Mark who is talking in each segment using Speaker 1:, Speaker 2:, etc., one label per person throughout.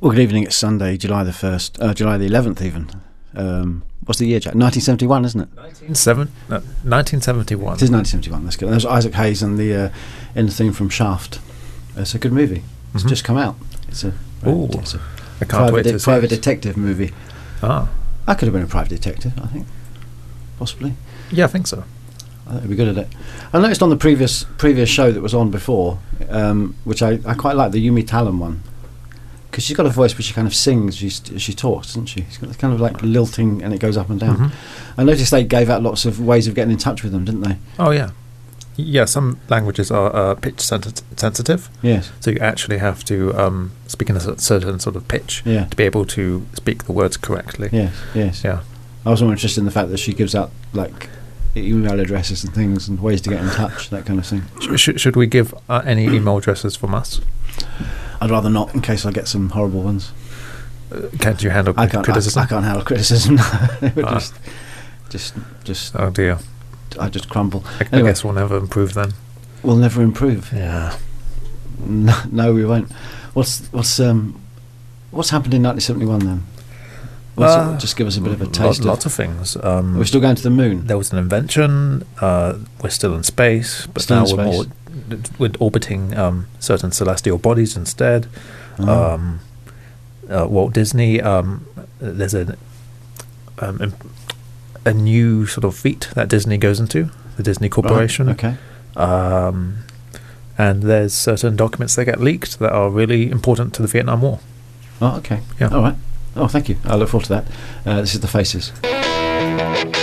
Speaker 1: Well, good evening. It's Sunday, July the first, uh, July the eleventh, even. Um, what's the year, Jack? Nineteen seventy-one, isn't it?
Speaker 2: Seven, no, 1971.
Speaker 1: It is nineteen seventy-one. That's good. And there's Isaac Hayes and the uh, in the theme from Shaft. It's a good movie. It's
Speaker 2: Mhm.
Speaker 1: just come out. It's a,
Speaker 2: Ooh,
Speaker 1: it's a
Speaker 2: I can't
Speaker 1: private,
Speaker 2: wait
Speaker 1: de-
Speaker 2: to see
Speaker 1: private
Speaker 2: it.
Speaker 1: detective movie.
Speaker 2: Ah,
Speaker 1: I could have been a private detective, I think, possibly.
Speaker 2: yeah, I think so.
Speaker 1: I think I'd be good at it. I noticed on the previous previous show that was on before, um, which I, I quite like the Yumi Talon one, because she's got a voice where she kind of sings, she she talks, doesn't she? She's got this kind of like lilting, and it goes up and down.
Speaker 2: Mhm.
Speaker 1: I noticed they gave out lots of ways of getting in touch with them, didn't they?
Speaker 2: Oh, yeah. Yeah, some languages are uh, pitch sensi- sensitive,
Speaker 1: Yes.
Speaker 2: so you actually have to um, speak in a cer- certain sort of pitch
Speaker 1: Yeah.
Speaker 2: to be able to speak the words correctly.
Speaker 1: Yes. Yes.
Speaker 2: Yeah.
Speaker 1: I was more interested in the fact that she gives out like email addresses and things and ways to get in touch, that kind of thing.
Speaker 2: Sh- sh- should we give uh, any email addresses from us?
Speaker 1: I'd rather not, in case I get some horrible ones.
Speaker 2: Uh, can you handle
Speaker 1: I can't.
Speaker 2: criticism?
Speaker 1: I, I can't handle criticism. it would
Speaker 2: Ah.
Speaker 1: just, just, just,
Speaker 2: Oh dear.
Speaker 1: I just crumble.
Speaker 2: I, I
Speaker 1: Anyway.
Speaker 2: guess we'll never improve then.
Speaker 1: We'll never improve.
Speaker 2: Yeah.
Speaker 1: No, no, we won't. What's what's um, what's happened in 1971 then? What's-
Speaker 2: Uh,
Speaker 1: just give us a bit of a
Speaker 2: Lo-
Speaker 1: taste.
Speaker 2: lots
Speaker 1: of,
Speaker 2: of things. Um,
Speaker 1: we're still going to the moon.
Speaker 2: there was an invention. Uh, we're still in space, but
Speaker 1: Still
Speaker 2: now
Speaker 1: in
Speaker 2: we're more we're orbiting um, certain celestial bodies instead.
Speaker 1: Oh.
Speaker 2: Um, uh, Walt Disney. Um, there's a um, im- a new sort of feat that Disney goes into the Disney Corporation,
Speaker 1: Right, Oh, okay.
Speaker 2: um, and there's certain documents that get leaked that are really important to the Vietnam War.
Speaker 1: Oh, okay.
Speaker 2: Yeah.
Speaker 1: All right. Oh, thank you. I look forward to that. Uh, this is the faces.
Speaker 3: oh,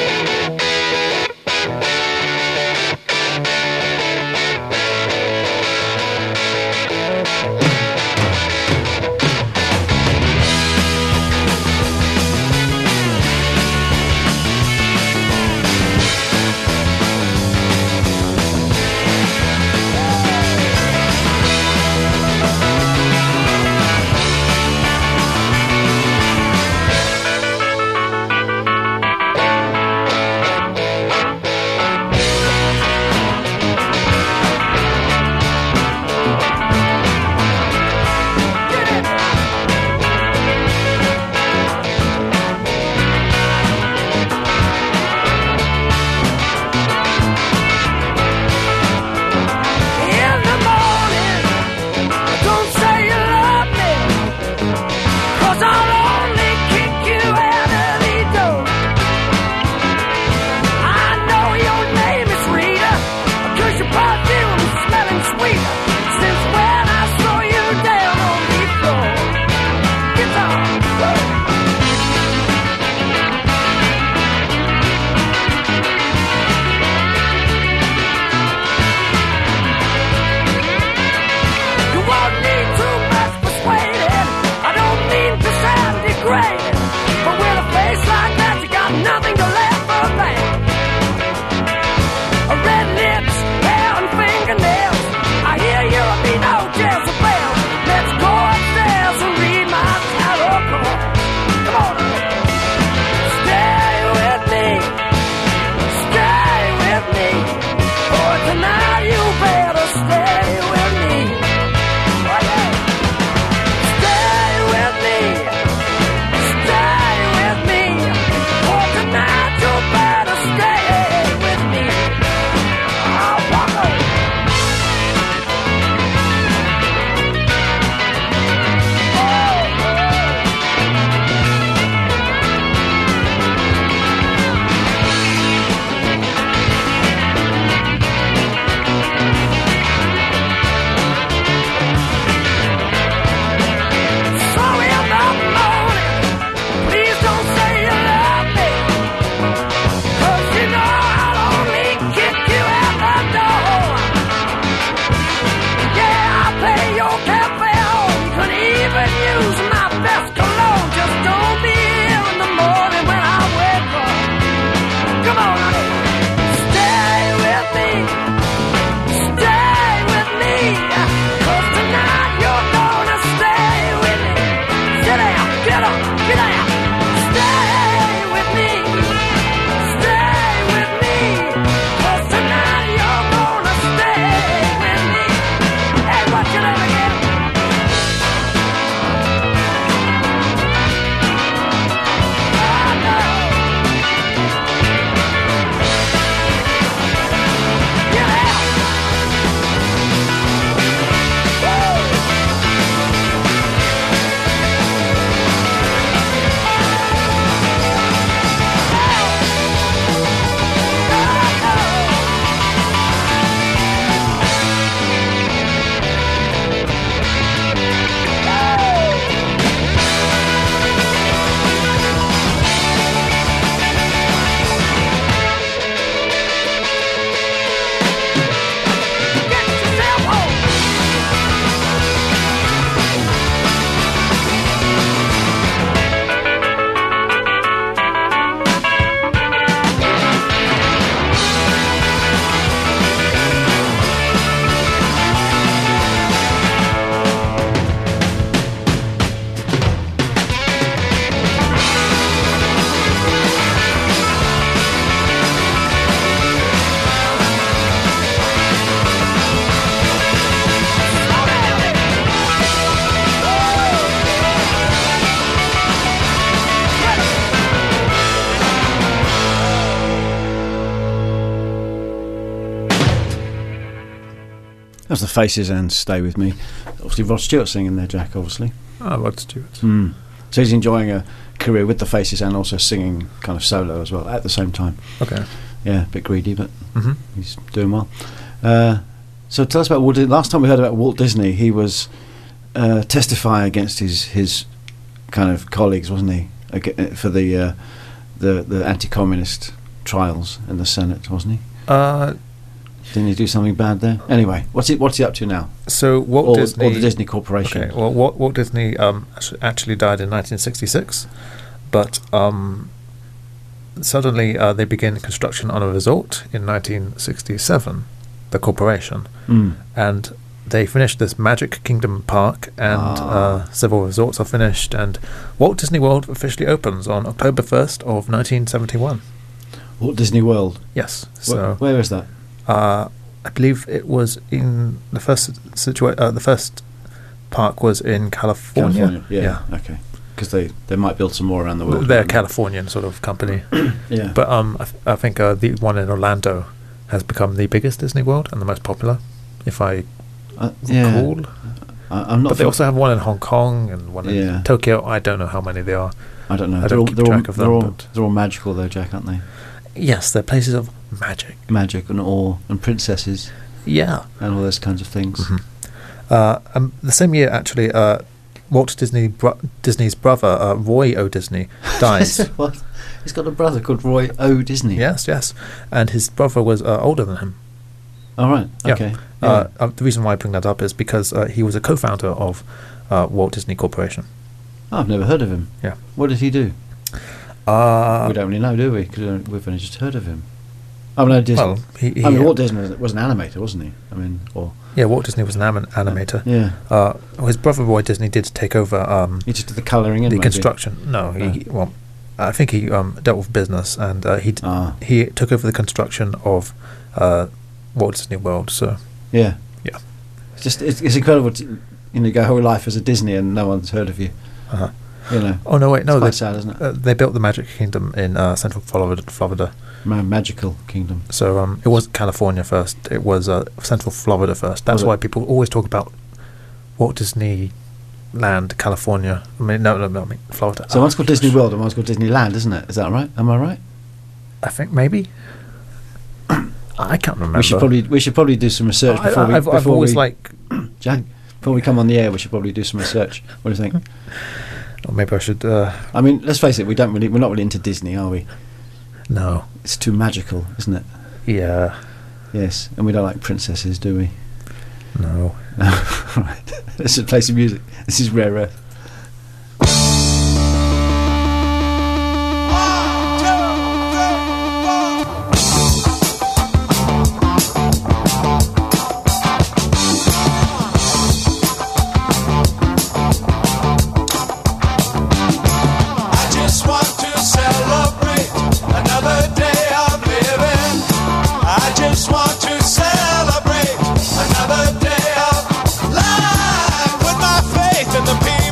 Speaker 1: That's the Faces and Stay With Me. Obviously, Rod Stewart singing there, Jack, obviously.
Speaker 2: Oh, Rod Stewart.
Speaker 1: Mm. So he's enjoying a career with the Faces and also singing kind of solo as well at the same time.
Speaker 2: Okay.
Speaker 1: Yeah, a bit greedy, but
Speaker 2: hmm
Speaker 1: he's doing well. Uh, so tell us about Walt. Disney. Last time we heard about Walt Disney, he was uh, testifying against his his kind of colleagues, wasn't he, Ag- uh, for the uh, the the anti-communist trials in the Senate, wasn't he?
Speaker 2: Uh,
Speaker 1: Didn't he do something bad there? Anyway, what's he what's he up to now?
Speaker 2: so Walt
Speaker 1: or,
Speaker 2: Disney.
Speaker 1: or the Disney Corporation?
Speaker 2: Okay. Well, Walt, Walt Disney um, actu- actually died in 1966, but um, suddenly uh, they began construction on a resort in 1967, the corporation,
Speaker 1: Mm.
Speaker 2: and they finished this Magic Kingdom Park, and
Speaker 1: Ah.
Speaker 2: uh, several resorts are finished, and Walt Disney World officially opens on October 1st of 1971.
Speaker 1: Walt Disney World.
Speaker 2: Yes.
Speaker 1: Wh-
Speaker 2: So.
Speaker 1: where is that?
Speaker 2: uh, I believe it was in the first situa- uh, the first park was in California.
Speaker 1: Yeah. Okay. Because they, they might build some more around the
Speaker 2: Well,
Speaker 1: world.
Speaker 2: They're a
Speaker 1: won't
Speaker 2: Californian sort of company,
Speaker 1: they? Yeah.
Speaker 2: but um, I, th- I think uh, the one in Orlando has become the biggest Disney World and the most popular, if I
Speaker 1: uh, yeah.
Speaker 2: recall.
Speaker 1: I, I'm not.
Speaker 2: But they
Speaker 1: fa-
Speaker 2: also have one in Hong Kong and one in
Speaker 1: Yeah.
Speaker 2: Tokyo. I don't know how many they are.
Speaker 1: I don't know.
Speaker 2: I
Speaker 1: they're
Speaker 2: don't
Speaker 1: all,
Speaker 2: keep
Speaker 1: they're
Speaker 2: track
Speaker 1: all,
Speaker 2: of
Speaker 1: they're
Speaker 2: them,
Speaker 1: all-
Speaker 2: but-
Speaker 1: they're all magical though, Jack, aren't they?
Speaker 2: Yes, they're places of magic.
Speaker 1: Magic and awe and princesses
Speaker 2: Yeah.
Speaker 1: and all those kinds of things.
Speaker 2: Mm-hmm. Uh, um, the same year, actually, uh, Walt Disney bro- Disney's brother uh, Roy O. Disney dies.
Speaker 1: what? He's got a brother called Roy O. Disney.
Speaker 2: Yes, yes. And his brother was uh, older than him.
Speaker 1: All right.
Speaker 2: Yeah.
Speaker 1: Okay.
Speaker 2: Uh, uh, the reason why I bring that up is because uh, he was a co-founder of uh, Walt Disney Corporation.
Speaker 1: Oh, I've never heard of him.
Speaker 2: Yeah.
Speaker 1: What did he do?
Speaker 2: Uh,
Speaker 1: we don't really know, do we? Because we've only just heard of him. I mean, no, Disney.
Speaker 2: well, he, he, uh,
Speaker 1: I mean, Walt Disney was, was an animator, wasn't he? I mean, or
Speaker 2: yeah, Walt Disney was an anim- animator.
Speaker 1: yeah,
Speaker 2: Uh, his brother Roy Disney did take over um,
Speaker 1: he just did the colouring in.
Speaker 2: the
Speaker 1: maybe.
Speaker 2: construction. No, he,
Speaker 1: No.
Speaker 2: he- well, I think he um, dealt with business, and uh, he d-
Speaker 1: Ah.
Speaker 2: he took over the construction of uh, Walt Disney World. So
Speaker 1: Yeah.
Speaker 2: Yeah.
Speaker 1: It's just it's, it's incredible to you know go whole life as a Disney and no one's heard of you.
Speaker 2: Uh-huh.
Speaker 1: You know.
Speaker 2: Oh no! Wait, no.
Speaker 1: It's
Speaker 2: They,
Speaker 1: quite sad, isn't it?
Speaker 2: uh, they built the Magic Kingdom in uh, Central Florida, Florida,
Speaker 1: Ma- magical kingdom.
Speaker 2: So um, it was California first. It was uh, Central Florida first. That's
Speaker 1: Was it?
Speaker 2: why people always talk about Walt Disney Land, California. I mean, no, no, no I mean Florida.
Speaker 1: So
Speaker 2: Ah,
Speaker 1: one's called
Speaker 2: gosh.
Speaker 1: Disney World and one's called Disneyland, isn't it? Is that right? Am I right?
Speaker 2: I think maybe. I can't remember.
Speaker 1: We should probably we should probably do some research
Speaker 2: I,
Speaker 1: before we
Speaker 2: have
Speaker 1: before
Speaker 2: I've always
Speaker 1: we,
Speaker 2: like.
Speaker 1: Jack, before we come on the air. We should probably do some research. What do you think?
Speaker 2: Or maybe I should. Uh,
Speaker 1: I mean, let's face it. We don't really we're not really into Disney, are we?
Speaker 2: no.
Speaker 1: It's too magical, isn't it?
Speaker 2: Yeah.
Speaker 1: Yes, and we don't like princesses, do we?
Speaker 2: No.
Speaker 1: right. Let's just play some music. This is Rare Earth.
Speaker 4: I just want to celebrate another day of living. I just want to celebrate another day of life with my faith in the people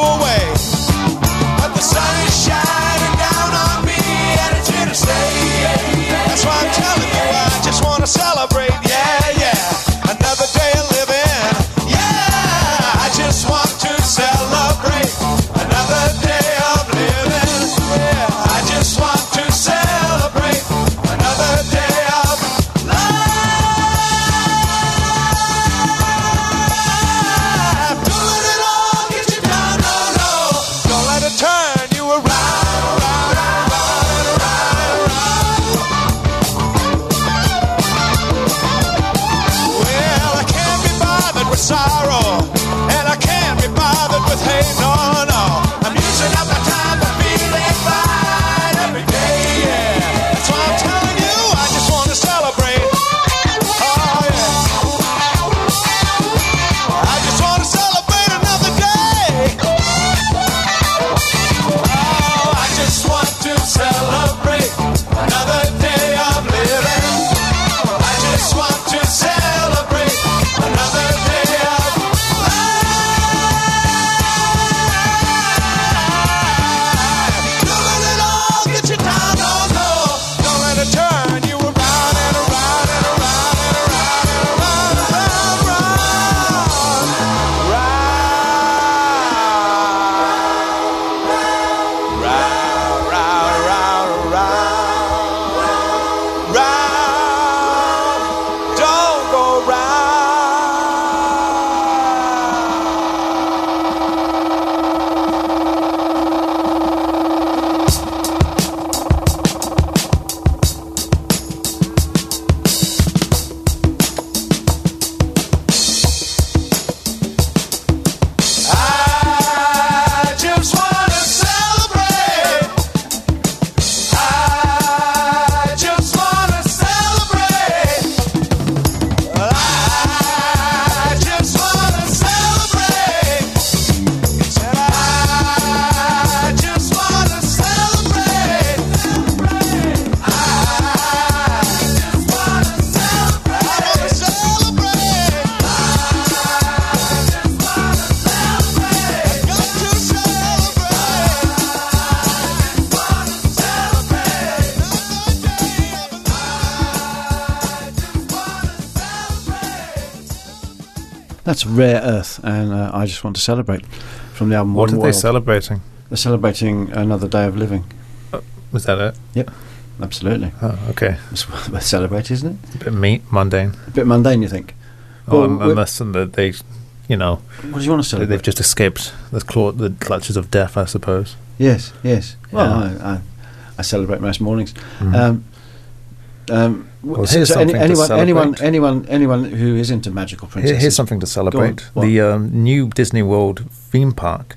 Speaker 5: Oh, Oh,
Speaker 1: That's rare earth, and uh, I just want to celebrate from the album.
Speaker 2: What are
Speaker 1: One
Speaker 2: they
Speaker 1: World.
Speaker 2: celebrating?
Speaker 1: They're celebrating another day of living.
Speaker 2: Was that it?
Speaker 1: Absolutely,
Speaker 2: Oh, okay.
Speaker 1: that's what they celebrate, isn't it?
Speaker 2: A bit meat, mundane.
Speaker 1: A bit mundane, you think?
Speaker 2: Oh,
Speaker 1: Well,
Speaker 2: un-
Speaker 1: we-
Speaker 2: unless that they, you know,
Speaker 1: What do you want to
Speaker 2: they-
Speaker 1: celebrate?
Speaker 2: they've just escaped the, claw- the clutches of death, I suppose.
Speaker 1: Yes, yes. Well,
Speaker 2: Yeah.
Speaker 1: I, I, I celebrate most mornings.
Speaker 2: Mm.
Speaker 1: Um, um, w-
Speaker 2: Well, here's something to
Speaker 1: anyone, anyone,
Speaker 2: celebrate.
Speaker 1: anyone, anyone who is into magical
Speaker 2: Here-
Speaker 1: princesses.
Speaker 2: here's something to celebrate:
Speaker 1: what?
Speaker 2: the um, new Disney World theme park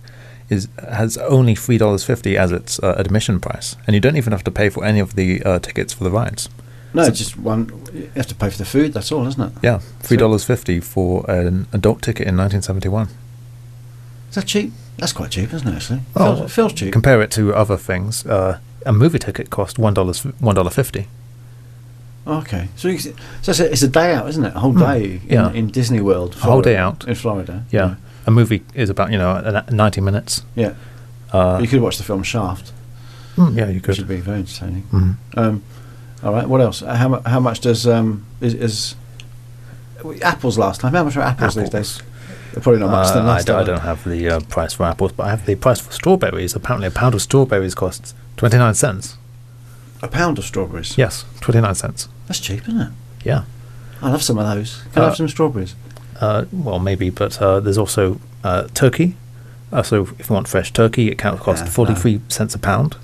Speaker 2: is has only three dollars fifty as its uh, admission price, and you don't even have to pay for any of the uh, tickets for the rides.
Speaker 1: no, it's just one. You have to pay for the food. That's all, isn't it?
Speaker 2: Yeah, three dollars fifty for an adult ticket in 1971.
Speaker 1: Is that cheap? That's quite cheap, isn't it? Actually,
Speaker 2: Oh,
Speaker 1: feels, feels cheap.
Speaker 2: Compare it to other things. Uh, a movie ticket cost one dollar one dollar fifty.
Speaker 1: okay, so you, c- so it's a, it's a day out, isn't it? A whole day in,
Speaker 2: Hmm. yeah.
Speaker 1: in Disney World.
Speaker 2: whole
Speaker 1: Florida-
Speaker 2: day out.
Speaker 1: in Florida.
Speaker 2: Yeah,
Speaker 1: Hmm.
Speaker 2: a movie is about you know an- 90 minutes.
Speaker 1: yeah.
Speaker 2: Uh,
Speaker 1: you could watch the film Shaft,
Speaker 2: mm, yeah, you
Speaker 1: Hmm. which would
Speaker 2: could.
Speaker 1: be very entertaining.
Speaker 2: Mm.
Speaker 1: Um, all right. What else? Uh, How mu- how much does um is, is we- apples last time? How much are apples, these
Speaker 2: Apples.
Speaker 1: days? They're probably not much.
Speaker 2: Uh,
Speaker 1: than
Speaker 2: I,
Speaker 1: last
Speaker 2: don't, I
Speaker 1: time.
Speaker 2: don't have the uh, price for apples, but I have the price for strawberries. Apparently, a pound of strawberries costs 29 cents.
Speaker 1: A pound of strawberries.
Speaker 2: Yes, 29 cents.
Speaker 1: That's cheap, isn't it?
Speaker 2: Yeah.
Speaker 1: I love some of those. Can I
Speaker 2: Uh,
Speaker 1: have some strawberries?
Speaker 2: Uh, well, maybe, but uh, there's also uh, turkey. Uh, so if you want fresh turkey, it can cost
Speaker 1: Yeah,
Speaker 2: 43 cents a pound.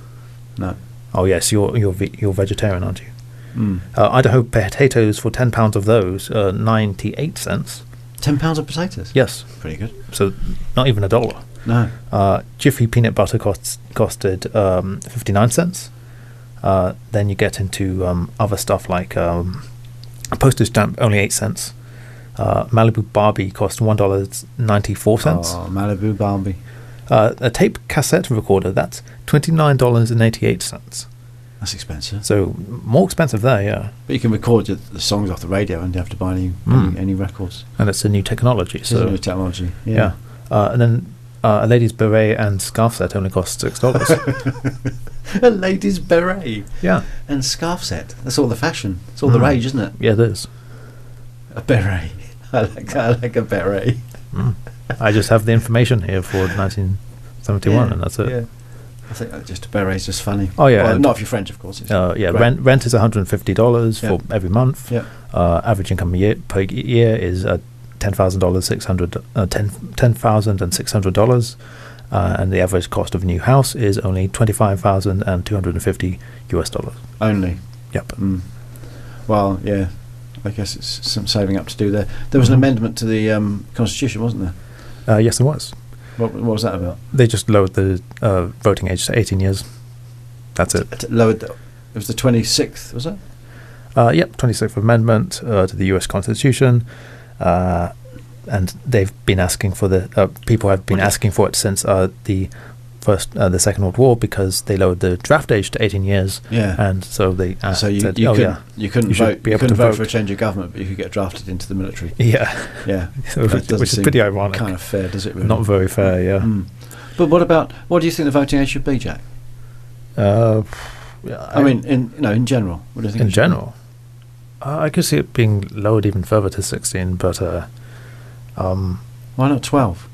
Speaker 1: No.
Speaker 2: Oh, yes, you're, you're, ve- you're vegetarian, aren't you?
Speaker 1: Mm.
Speaker 2: Uh, Idaho potatoes for 10 pounds of those, uh, 98 cents.
Speaker 1: Ten pounds of potatoes.
Speaker 2: Yes,
Speaker 1: Pretty good.
Speaker 2: so not even a dollar.
Speaker 1: No.
Speaker 2: Uh, Jiffy peanut butter costs costed um, fifty nine cents. Uh, then you get into um, other stuff like um, a postage stamp, only eight cents. Uh, Malibu Barbie cost one dollar ninety four cents.
Speaker 1: Oh, Malibu Barbie.
Speaker 2: Uh, a tape cassette recorder that's twenty nine dollars and eighty eight cents.
Speaker 1: That's expensive.
Speaker 2: So more expensive there, yeah.
Speaker 1: But you can record your, the songs off the radio and you have to buy any
Speaker 2: Mm.
Speaker 1: any, any records.
Speaker 2: And it's a new technology.
Speaker 1: This is
Speaker 2: So
Speaker 1: new technology. Yeah.
Speaker 2: yeah. Uh, and then uh, a lady's beret and scarf set only costs six dollars.
Speaker 1: A lady's beret
Speaker 2: yeah,
Speaker 1: and scarf set. That's all the fashion. It's all the
Speaker 2: Mm.
Speaker 1: rage, isn't it?
Speaker 2: yeah, it is.
Speaker 1: A beret. I like I like a beret.
Speaker 2: I just have the information here for 1971, and that's it.
Speaker 1: Yeah. I think uh, just a beret is just funny.
Speaker 2: Oh, yeah,
Speaker 1: Well,
Speaker 2: and-
Speaker 1: not if you're French, of course. it's-
Speaker 2: Uh, yeah,
Speaker 1: Right.
Speaker 2: rent rent is one hundred and fifty dollars for every month.
Speaker 1: Yeah.
Speaker 2: Uh, average income year, per y- year is uh, ten thousand dollars six hundred uh, ten ten thousand and six hundred dollars, uh, and the average cost of a new house is only twenty five thousand and two hundred and fifty US dollars.
Speaker 1: Only.
Speaker 2: Yep.
Speaker 1: Mm. Well, yeah. I guess it's some saving up to do there. There was
Speaker 2: Mhm.
Speaker 1: an amendment to the um, constitution, wasn't there?
Speaker 2: Uh, yes, it was.
Speaker 1: What, what was that about?
Speaker 2: They just lowered the uh, voting age to eighteen years. That's it.
Speaker 1: It lowered. The, it was the twenty sixth, was it?
Speaker 2: Uh, yep, 26th Amendment uh, to the U.S. Constitution, uh, and they've been asking for the uh, people have been
Speaker 1: What is-
Speaker 2: asking for it since uh, the first uh, the Second World War because they lowered the draft age to 18 years,
Speaker 1: Yeah.
Speaker 2: and so they uh,
Speaker 1: so you,
Speaker 2: said,
Speaker 1: you
Speaker 2: oh
Speaker 1: couldn't
Speaker 2: yeah,
Speaker 1: you couldn't
Speaker 2: You should
Speaker 1: vote
Speaker 2: be
Speaker 1: you
Speaker 2: able
Speaker 1: couldn't
Speaker 2: to
Speaker 1: vote
Speaker 2: vote.
Speaker 1: for a change of government, but you could get drafted into the military.
Speaker 2: yeah,
Speaker 1: Yeah,
Speaker 2: which,
Speaker 1: doesn't
Speaker 2: which is
Speaker 1: seem
Speaker 2: pretty ironic,
Speaker 1: kind of fair, does it? Really?
Speaker 2: not very fair, yeah.
Speaker 1: Mm. But what about what do you think the voting age should be, Jack?
Speaker 2: Uh,
Speaker 1: I, mean, in you know, in general, what do you think?
Speaker 2: in
Speaker 1: it should be?
Speaker 2: general, uh, I could see it being lowered even further to 16, but uh, um,
Speaker 1: why not twelve?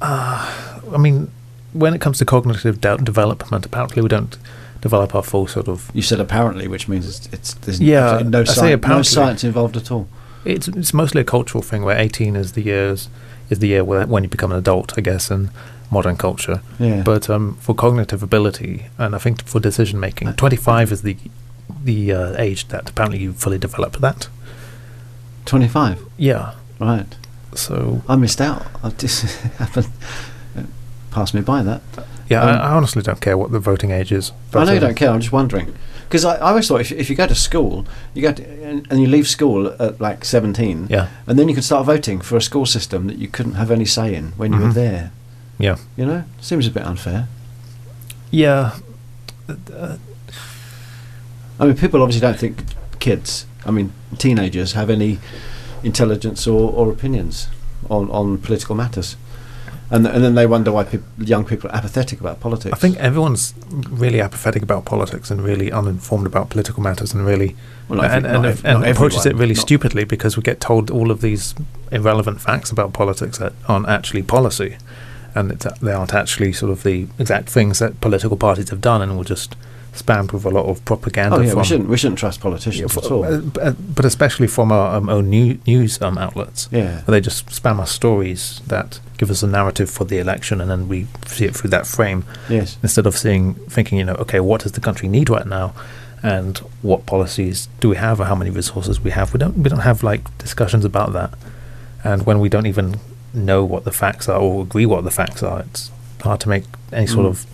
Speaker 2: I mean, when it comes to cognitive de- development, apparently we don't develop our full sort of.
Speaker 1: You said apparently, which means it's, it's there's
Speaker 2: Yeah,
Speaker 1: absolutely no,
Speaker 2: I say
Speaker 1: science, no
Speaker 2: apparently.
Speaker 1: science involved at all.
Speaker 2: It's it's mostly a cultural thing where eighteen is the years is the year where, when you become an adult, I guess, in modern culture.
Speaker 1: Yeah,
Speaker 2: But um, for cognitive ability, and I think for decision making, twenty five is the the uh, age that apparently you fully develop that.
Speaker 1: twenty five.
Speaker 2: Yeah.
Speaker 1: Right,
Speaker 2: So
Speaker 1: I missed out. I just happened it passed me by that.
Speaker 2: yeah,
Speaker 1: Um,
Speaker 2: I, I honestly don't care what the voting age is.
Speaker 1: I know you
Speaker 2: uh,
Speaker 1: don't care. I'm just wondering because I, I always thought if, if you go to school, you go to, and, and you leave school at like 17,
Speaker 2: Yeah.
Speaker 1: and then you can start voting for a school system that you couldn't have any say in when you were
Speaker 2: Mhm.
Speaker 1: there.
Speaker 2: Yeah.
Speaker 1: You know, seems a bit unfair.
Speaker 2: Yeah.
Speaker 1: I mean, people obviously don't think kids, I mean, teenagers, have any intelligence or, or opinions on, on political matters. and and then they wonder why peop young people are apathetic about politics.
Speaker 2: I think everyone's really apathetic about politics and really uninformed about political matters and really
Speaker 1: Well, I
Speaker 2: and,
Speaker 1: think
Speaker 2: and,
Speaker 1: not ev-
Speaker 2: and
Speaker 1: not
Speaker 2: approaches it
Speaker 1: everyone,
Speaker 2: really
Speaker 1: not-
Speaker 2: stupidly because we get told all of these irrelevant facts about politics that aren't actually policy and it's, they aren't actually sort of the exact things that political parties have done and we're just spammed with a lot of propaganda
Speaker 1: Oh yeah, we
Speaker 2: from
Speaker 1: shouldn't we shouldn't trust
Speaker 2: yeah,
Speaker 1: politicians
Speaker 2: f-
Speaker 1: at all.
Speaker 2: uh, b- uh, but especially from our um, own new, news um, outlets
Speaker 1: yeah,
Speaker 2: they just spam us stories that give us a narrative for the election and then we see it through that frame
Speaker 1: yes.
Speaker 2: instead of seeing thinking you know okay what does the country need right now and what policies do we have or how many resources we have we don't we don't have like discussions about that and when we don't even know what the facts are or agree what the facts are it's hard to make any sort
Speaker 1: Mm.
Speaker 2: of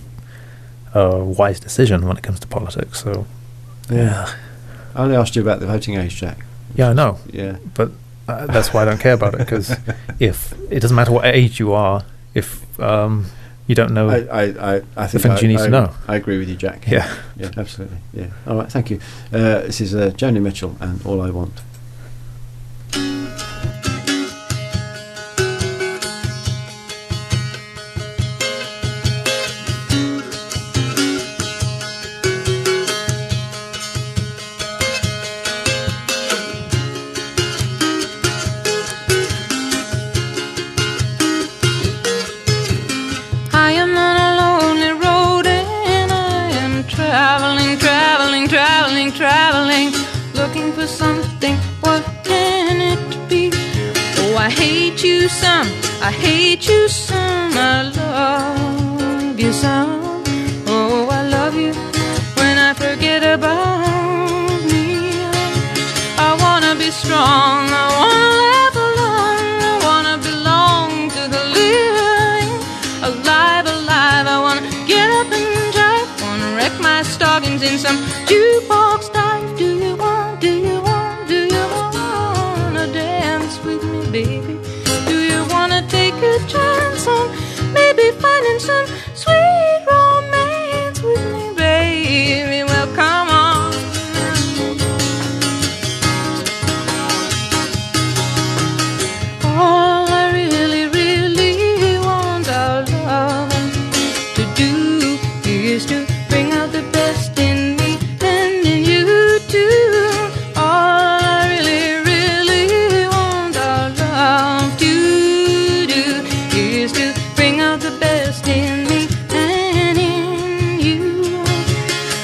Speaker 2: uh, wise decision when it comes to politics so yeah
Speaker 1: I only asked you about the voting age, Jack.
Speaker 2: yeah i know
Speaker 1: Yeah,
Speaker 2: but uh, that's why i don't care about it because if it doesn't matter what age you are if um, you don't know
Speaker 1: I, I, I, I think
Speaker 2: things
Speaker 1: I,
Speaker 2: you need
Speaker 1: I,
Speaker 2: to know.
Speaker 1: I agree with you, Jack.
Speaker 2: yeah
Speaker 1: yeah, absolutely. Yeah. All right, thank you. Uh, this is uh, Joni Mitchell and All I Want.
Speaker 6: I am on a lonely road and I am traveling, traveling, traveling, traveling, looking for something. What can it be? Oh, I hate you some, I hate you some, I love you some. Oh, I love you when I forget about me. I wanna be strong. I wanna live alone. I wanna belong to the living. Alive, alive. I wanna get up and drive. Wanna wreck my stockings in some jukebox dive. Do you want? Do you want? Do you wanna dance with me, baby? Do you wanna take a chance on maybe finding some sweet romance with me, baby? Well, come on. All I really, really want our love to do is to bring out the best in me and in you too. All I really, really want our love to do is to bring out the best in me and in you.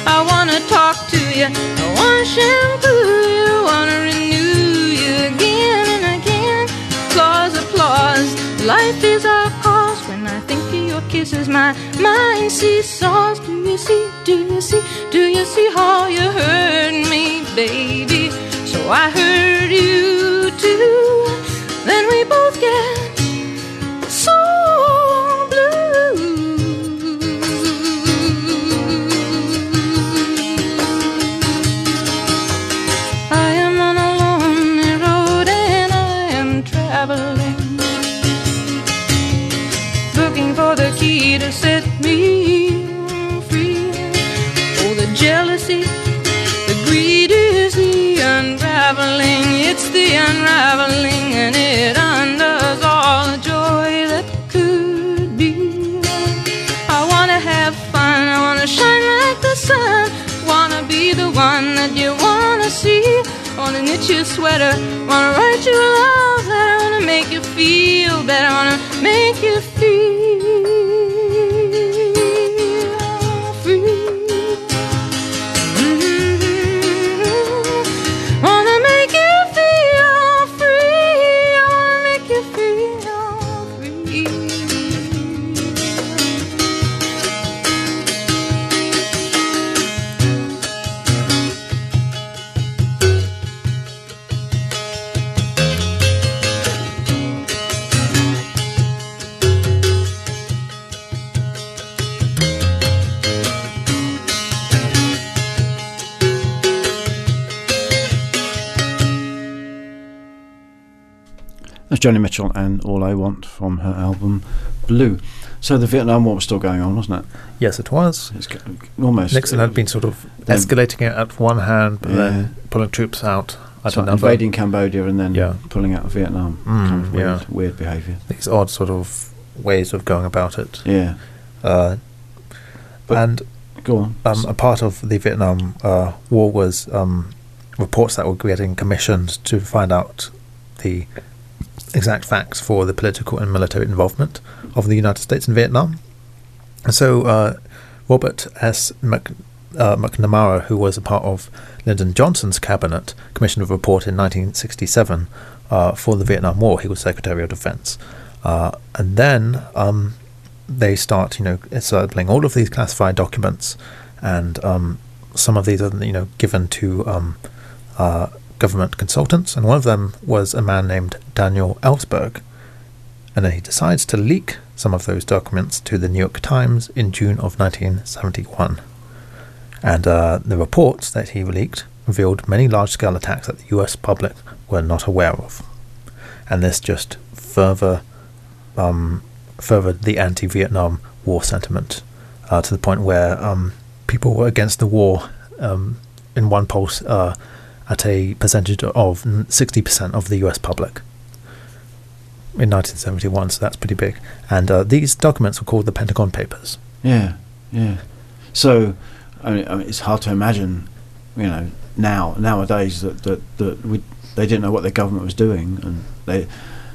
Speaker 6: I wanna talk to you. I wanna shampoo you. Wanna renew you again and again. Applause, applause. Life is our cause. When I think of your kisses, my mind seesaws. Do you see? Do you see? Do you see how you hurt me, baby? So I hurt you too. Then we both get so blue. I am on a lonely road and I am traveling, looking for the key to set me free. Oh, the jealousy. The greed is the unraveling, it's the unraveling, and it undoes all the joy that could be. I wanna have fun, I wanna shine like the sun, wanna be the one that you wanna see. Wanna knit you a sweater, wanna write you a love letter, wanna make you feel better, wanna make you feel free. Mm-hmm. Wanna make you feel free. Wanna make you feel free.
Speaker 1: That's Joni Mitchell and All I Want from her album Blue. So the Vietnam War was still going on, wasn't it?
Speaker 2: yes it was
Speaker 1: It's g- almost.
Speaker 2: Nixon had been sort of
Speaker 1: Then-
Speaker 2: escalating it at one hand, but
Speaker 1: Yeah.
Speaker 2: then pulling troops out at
Speaker 1: so
Speaker 2: another.
Speaker 1: invading Cambodia and then
Speaker 2: Yeah.
Speaker 1: pulling out of Vietnam.
Speaker 2: Mm,
Speaker 1: kind of weird,
Speaker 2: yeah.
Speaker 1: weird behaviour.
Speaker 2: These odd sort of ways of going about it.
Speaker 1: Yeah.
Speaker 2: Uh,
Speaker 1: But-
Speaker 2: and
Speaker 1: Go on.
Speaker 2: um, a part of the Vietnam uh, War was um, reports that were getting commissioned to find out the exact facts for the political and military involvement of the United States in Vietnam. And so uh, Robert S. Mc, uh, McNamara, who was a part of Lyndon Johnson's cabinet, commissioned a report in 1967 uh, for the Vietnam War. He was Secretary of Defense. Uh, and then um, they start, you know, encircling all of these classified documents, and um, some of these are, you know, given to um, uh, government consultants. And one of them was a man named Daniel Ellsberg, and then he decides to leak some of those documents to the New York Times in June of 1971. And uh, the reports that he leaked revealed many large-scale attacks that the U.S. public were not aware of, and this just further um, furthered the anti-Vietnam War sentiment uh, to the point where um, people were against the war um, in one pulse uh, at a percentage of 60% of the U.S. public in 1971. So that's pretty big. And uh, these documents were called the Pentagon Papers.
Speaker 1: Yeah, yeah. So, I mean, I mean, it's hard to imagine, you know, now nowadays that that that we they didn't know what their government was doing, and they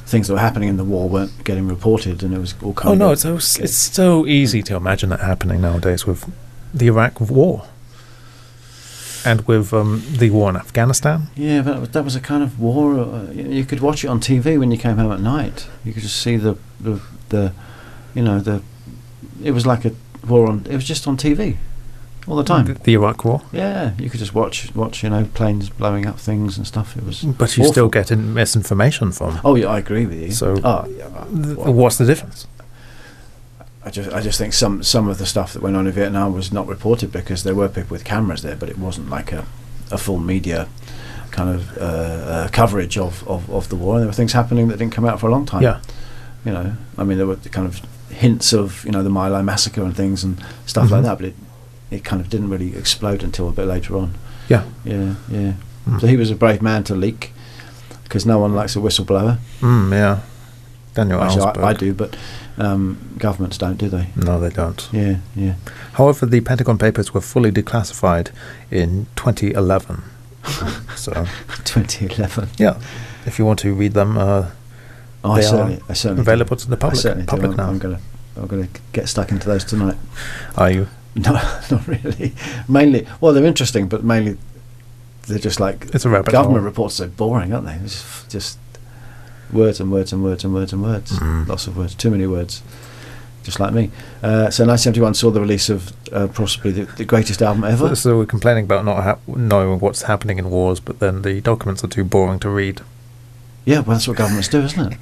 Speaker 1: things that were happening in the war weren't getting reported, and it was all kind
Speaker 2: Oh
Speaker 1: of
Speaker 2: no, it's so, it's so easy to imagine that happening nowadays with the Iraq War and with um, the war in Afghanistan.
Speaker 1: yeah, but that was, that was a kind of war. Uh, you you could watch it on TV when you came home at night. You could just see the the, the you know the it was like a war on. It was just on TV all the time.
Speaker 2: The, the Iraq War.
Speaker 1: Yeah, you could just watch watch you know planes blowing up things and stuff. It was
Speaker 2: But you
Speaker 1: awful.
Speaker 2: still get in misinformation from.
Speaker 1: Oh yeah, I agree with you.
Speaker 2: So-
Speaker 1: oh, yeah,
Speaker 2: Th- What's the difference?
Speaker 1: I just I just think some some of the stuff that went on in Vietnam was not reported because there were people with cameras there, but it wasn't like a, a full media kind of uh, uh, coverage of, of, of the war. And there were things happening that didn't come out for a long time.
Speaker 2: Yeah.
Speaker 1: you know, I mean there were the kind of hints of you know the My Lai massacre and things and stuff like
Speaker 2: Mhm.
Speaker 1: that, but it it kind of didn't really explode until a bit later on.
Speaker 2: Yeah.
Speaker 1: Yeah, yeah.
Speaker 2: Mm.
Speaker 1: So he was a brave man to leak because no one likes a whistleblower.
Speaker 2: Mm, yeah. Daniel
Speaker 1: Actually,
Speaker 2: Ellsberg.
Speaker 1: I, I do, but um, governments don't, do they?
Speaker 2: No, they don't.
Speaker 1: Yeah, yeah.
Speaker 2: However, the Pentagon Papers were fully declassified in 2011. so,
Speaker 1: 2011.
Speaker 2: yeah, if you want to read them, uh,
Speaker 1: Oh, I
Speaker 2: They
Speaker 1: certainly, I certainly
Speaker 2: available to the
Speaker 1: do. I
Speaker 2: public.
Speaker 1: certainly do.
Speaker 2: public
Speaker 1: I'm,
Speaker 2: now.
Speaker 1: I'm gonna, I'm gonna get stuck into those tonight.
Speaker 2: Are you?
Speaker 1: No, not really. Mainly, well, they're interesting, but mainly they're just like
Speaker 2: It's a rabbit
Speaker 1: government
Speaker 2: hole.
Speaker 1: reports are so boring, aren't they? It's just, just words and words and words and words and words.
Speaker 2: Mhm.
Speaker 1: Lots of words, too many words. Just like me. Uh, so 1971 saw the release of uh, possibly the, the greatest album ever.
Speaker 2: So we're complaining about not ha- knowing what's happening in wars, but then the documents are too boring to read.
Speaker 1: Yeah, well, that's what governments do, isn't it?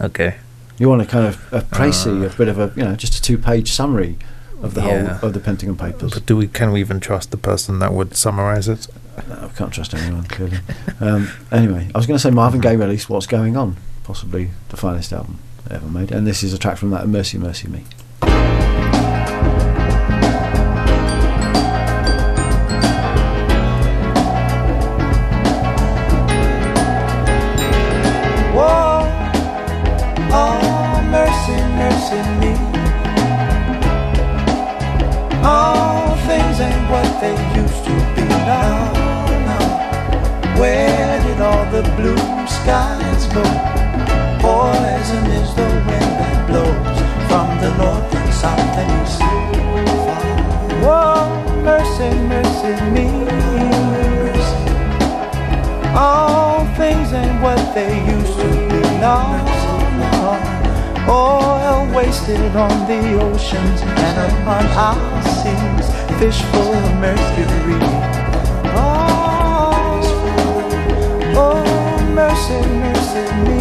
Speaker 2: Okay.
Speaker 1: You want a kind of a précis, a bit of a you know, just a two-page summary of the
Speaker 2: Yeah.
Speaker 1: whole of the Pentagon Papers.
Speaker 2: But do we? Can we even trust the person that would summarize it?
Speaker 1: I can't trust anyone clearly. um, anyway, I was going to say Marvin Gaye released "What's Going On," possibly the finest album ever made, and this is a track from that. Mercy, Mercy Me.
Speaker 7: Whoa, oh, mercy, mercy me. Oh, things ain't what they used to be now. now. Where did all the blue skies go? Poison is the wind that blows from the north and south and east. Whoa, mercy, mercy me. Mercy. All things ain't what they used to be. No, no. Oil wasted on the oceans and upon our seas. Fish full of mercury. Oh, oh mercy, mercy me.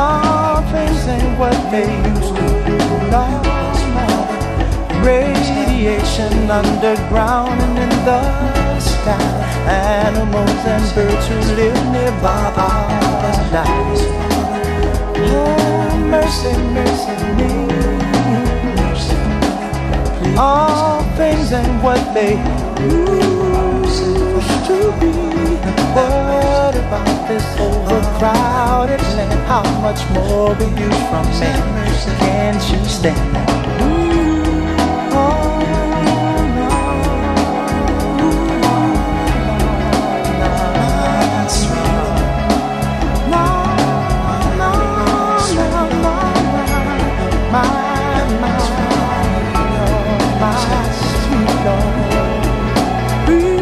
Speaker 7: All things ain't what they used to be. No, no. Radiation underground and in the sky. Animals and birds who live nearby are nice. Oh, mercy, mercy me. All things ain't what they used place it was to be. What about this overcrowded land? How much more will you from me? Can't you stand that? Oh, no. No, no, no, no, no. My, my, oh, my sweet Lord. Ooh.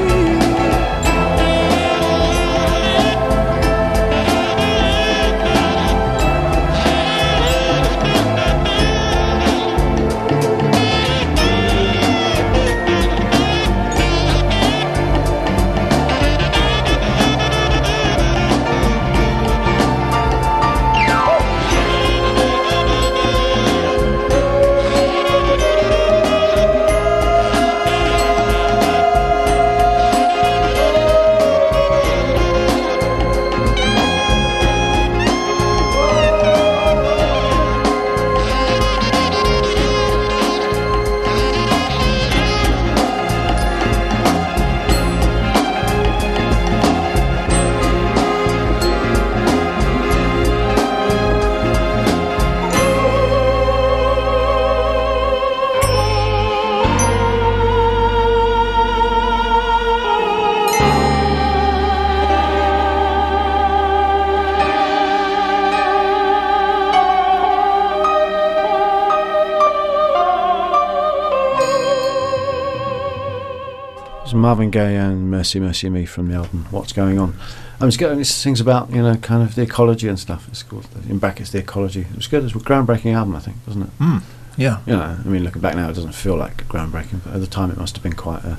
Speaker 1: It's Marvin Gaye and Mercy Mercy Me from the album What's Going On. I'm just getting these things about, you know, kind of the ecology and stuff. It's called, in back, it's the ecology. It was good. It's a groundbreaking album, I think, wasn't it?
Speaker 2: Yeah.
Speaker 1: You know, I mean, looking back now, it doesn't feel like groundbreaking, but at the time, it must have been quite a,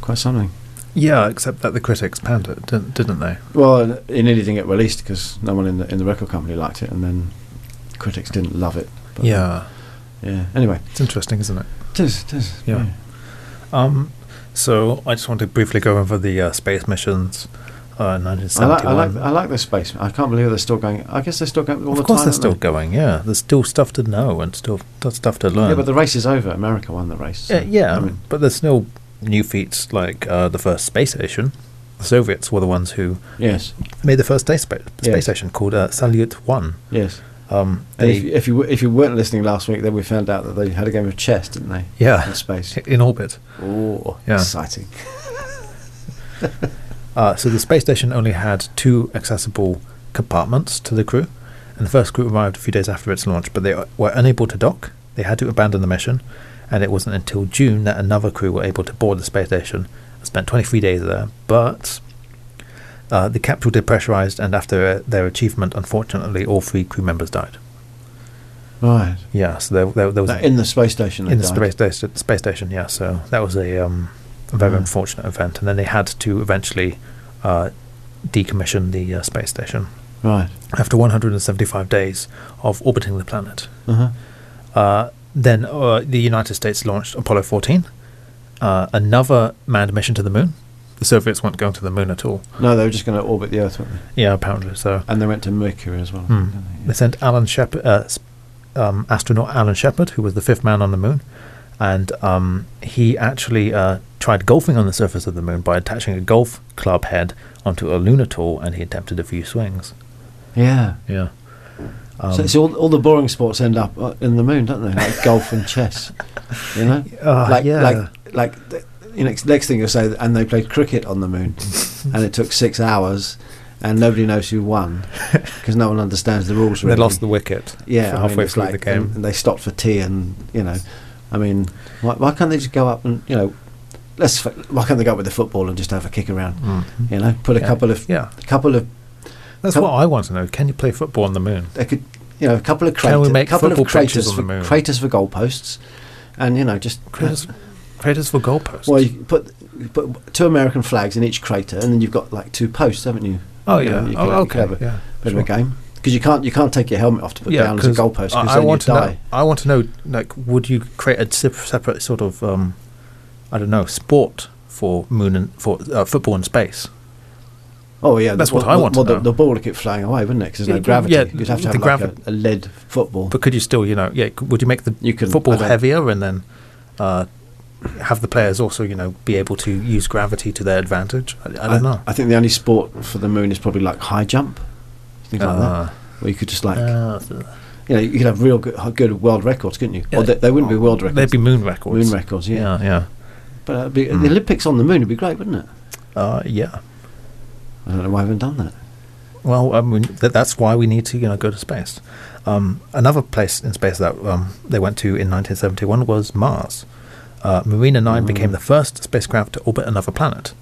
Speaker 1: quite something.
Speaker 2: Yeah, except that the critics panned it, didn't, didn't they?
Speaker 1: Well, it nearly didn't get released because no one in the in the record company liked it, and then critics didn't love it. But
Speaker 2: Yeah.
Speaker 1: yeah. Anyway,
Speaker 2: It's interesting, isn't it?
Speaker 1: it is, it is.
Speaker 2: Yeah. Um, so I just want to briefly go over the uh, space missions. Uh,
Speaker 1: I like,
Speaker 2: 1971.
Speaker 1: I like, I like this space. I can't believe they're still going. I guess they're still going all the
Speaker 2: of course,
Speaker 1: time.
Speaker 2: they're
Speaker 1: aren't they?
Speaker 2: still going. Yeah, there's still stuff to know and still t- stuff to learn.
Speaker 1: Yeah, but the race is over. America won the race. so,
Speaker 2: Uh, yeah,
Speaker 1: I mean,
Speaker 2: but there's still new feats like uh, the first space station. The Soviets were the ones who
Speaker 1: yes,
Speaker 2: made the first space, spa- space
Speaker 1: Yes.
Speaker 2: station called uh, Salyut One.
Speaker 1: yes.
Speaker 2: Um,
Speaker 1: And
Speaker 2: they-
Speaker 1: if, if you if you weren't listening last week, then we found out that they had a game of chess, didn't they?
Speaker 2: yeah,
Speaker 1: In space.
Speaker 2: in orbit.
Speaker 1: Oh,
Speaker 2: Yeah.
Speaker 1: exciting.
Speaker 2: Uh, so the space station only had two accessible compartments to the crew, and the first crew arrived a few days after its launch, but they uh, were unable to dock. They had to abandon the mission, and it wasn't until June that another crew were able to board the space station and spent 23 days there. But uh, the capsule depressurized, and after uh, their achievement, unfortunately, all three crew members died.
Speaker 1: Right.
Speaker 2: Yeah, so there, there, there was
Speaker 1: Now,
Speaker 2: a-
Speaker 1: in the space station. they
Speaker 2: in the
Speaker 1: died.
Speaker 2: space station, space station. Yeah, so that was a, um, a very
Speaker 1: Mm.
Speaker 2: unfortunate event, and then they had to eventually uh, decommission the uh, space station
Speaker 1: Right.
Speaker 2: after 175 days of orbiting the planet.
Speaker 1: Uh-huh.
Speaker 2: Uh, then uh, the United States launched Apollo 14, uh, another manned mission to the moon. The Soviets weren't going to the moon at all.
Speaker 1: No, they were just going to orbit the Earth, weren't they?
Speaker 2: Yeah, apparently so.
Speaker 1: And they went to Mercury as well. I
Speaker 2: Hmm.
Speaker 1: think, didn't they?
Speaker 2: They sent Alan Shepard, uh, s- um, astronaut Alan Shepard, who was the fifth man on the moon, and um, he actually uh, tried golfing on the surface of the moon by attaching a golf club head onto a lunar tool, and he attempted a few swings.
Speaker 1: Yeah.
Speaker 2: Yeah. Um,
Speaker 1: so, so all, all the boring sports end up uh, in the moon, don't they? Like golf and chess. You know?
Speaker 2: Uh,
Speaker 1: like,
Speaker 2: yeah.
Speaker 1: like, like, th- you know, next thing you'll say, and they played cricket on the moon, and it took six hours, and nobody knows who won because no one understands the rules.
Speaker 2: they
Speaker 1: Really.
Speaker 2: lost the wicket.
Speaker 1: yeah, I mean,
Speaker 2: halfway
Speaker 1: it's
Speaker 2: through
Speaker 1: like- um,
Speaker 2: the game.
Speaker 1: And, and they stopped for tea, and you know, I mean, why, why can't they just go up and you know, let's f- why can't they go up with the football and just have a kick around?
Speaker 2: Mhm.
Speaker 1: You know, put a
Speaker 2: Yeah.
Speaker 1: couple of
Speaker 2: Yeah,
Speaker 1: couple of
Speaker 2: that's
Speaker 1: Come-
Speaker 2: what I want to know. Can you play football on the moon?
Speaker 1: they could, you know, a couple of
Speaker 2: Can
Speaker 1: craters,
Speaker 2: we make
Speaker 1: couple of
Speaker 2: football pitches
Speaker 1: craters
Speaker 2: on the
Speaker 1: for,
Speaker 2: moon?
Speaker 1: craters for goalposts, and you know, just uh,
Speaker 2: Craters, craters for goalposts.
Speaker 1: well, you put you put two American flags in each crater, and then you've got like two posts, haven't you?
Speaker 2: oh
Speaker 1: you know,
Speaker 2: yeah.
Speaker 1: you
Speaker 2: oh
Speaker 1: could- you could
Speaker 2: okay.
Speaker 1: have a
Speaker 2: Yeah.
Speaker 1: Bit
Speaker 2: sure.
Speaker 1: of a game because you can't you can't take your helmet off to put down as a
Speaker 2: 'cause
Speaker 1: goalpost because
Speaker 2: I, I
Speaker 1: then you
Speaker 2: want to
Speaker 1: die.
Speaker 2: know. I want to know. Like, would you create a sep- separate sort of, um, I don't know, sport for moon and for uh, football in space?
Speaker 1: Oh yeah,
Speaker 2: That's
Speaker 1: the,
Speaker 2: what
Speaker 1: well,
Speaker 2: I want to
Speaker 1: Well, the,
Speaker 2: know.
Speaker 1: the ball would keep flying away, wouldn't it? Because there's
Speaker 2: Yeah,
Speaker 1: no
Speaker 2: you-
Speaker 1: gravity.
Speaker 2: yeah,
Speaker 1: You'd have to
Speaker 2: the
Speaker 1: have like a,
Speaker 2: gravi-
Speaker 1: a lead football.
Speaker 2: But could you still, you know, yeah? c- Would you make the
Speaker 1: You couldn't,
Speaker 2: football
Speaker 1: I don't-
Speaker 2: heavier and then uh, have the players also, you know, be able to use gravity to their advantage. I, I don't know.
Speaker 1: I think the only sport for the moon is probably like high jump, things like that,
Speaker 2: Uh,
Speaker 1: where you could just like
Speaker 2: uh,
Speaker 1: you know you could have real good, good world records, couldn't you? Or
Speaker 2: Yeah.
Speaker 1: they, they wouldn't be world
Speaker 2: they'd
Speaker 1: records.
Speaker 2: be moon records.
Speaker 1: moon records, yeah.
Speaker 2: Yeah, yeah.
Speaker 1: But that'd be,
Speaker 2: Mm.
Speaker 1: the Olympics on the moon would be great, wouldn't it?
Speaker 2: Uh, yeah.
Speaker 1: I don't know why I haven't done that.
Speaker 2: Well, I mean, th- that's why we need to, you know, go to space. Um, another place in space that um, they went to in 1971 was Mars. Uh, Marina 9
Speaker 1: Mm.
Speaker 2: became the first spacecraft to orbit another planet.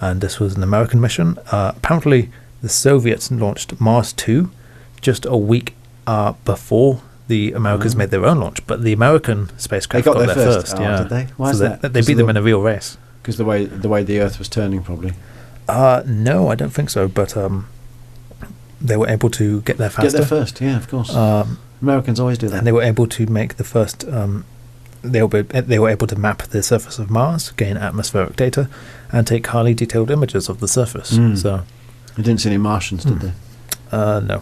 Speaker 2: And this was an American mission. Uh, apparently, the Soviets launched Mars 2 just a week uh, before the Americans made their own launch. But the American
Speaker 1: Mm.
Speaker 2: spacecraft
Speaker 1: got
Speaker 2: got,
Speaker 1: there
Speaker 2: there
Speaker 1: first. Oh,
Speaker 2: yeah.
Speaker 1: did they? Why
Speaker 2: So
Speaker 1: is
Speaker 2: they-
Speaker 1: that?
Speaker 2: They,
Speaker 1: Because
Speaker 2: beat
Speaker 1: of
Speaker 2: them
Speaker 1: the-
Speaker 2: in a real race.
Speaker 1: Because the way the way the Earth was turning, probably
Speaker 2: Uh, no, I don't think so. But um, they were able to get there faster.
Speaker 1: get there first. Yeah, of course.
Speaker 2: Um,
Speaker 1: Americans always do that.
Speaker 2: and they were able to make the first. Um, they were they were able to map the surface of Mars, gain atmospheric data, and take highly detailed images of the surface.
Speaker 1: Mm.
Speaker 2: So,
Speaker 1: I didn't see any Martians,
Speaker 2: Hmm.
Speaker 1: did they?
Speaker 2: uh, no,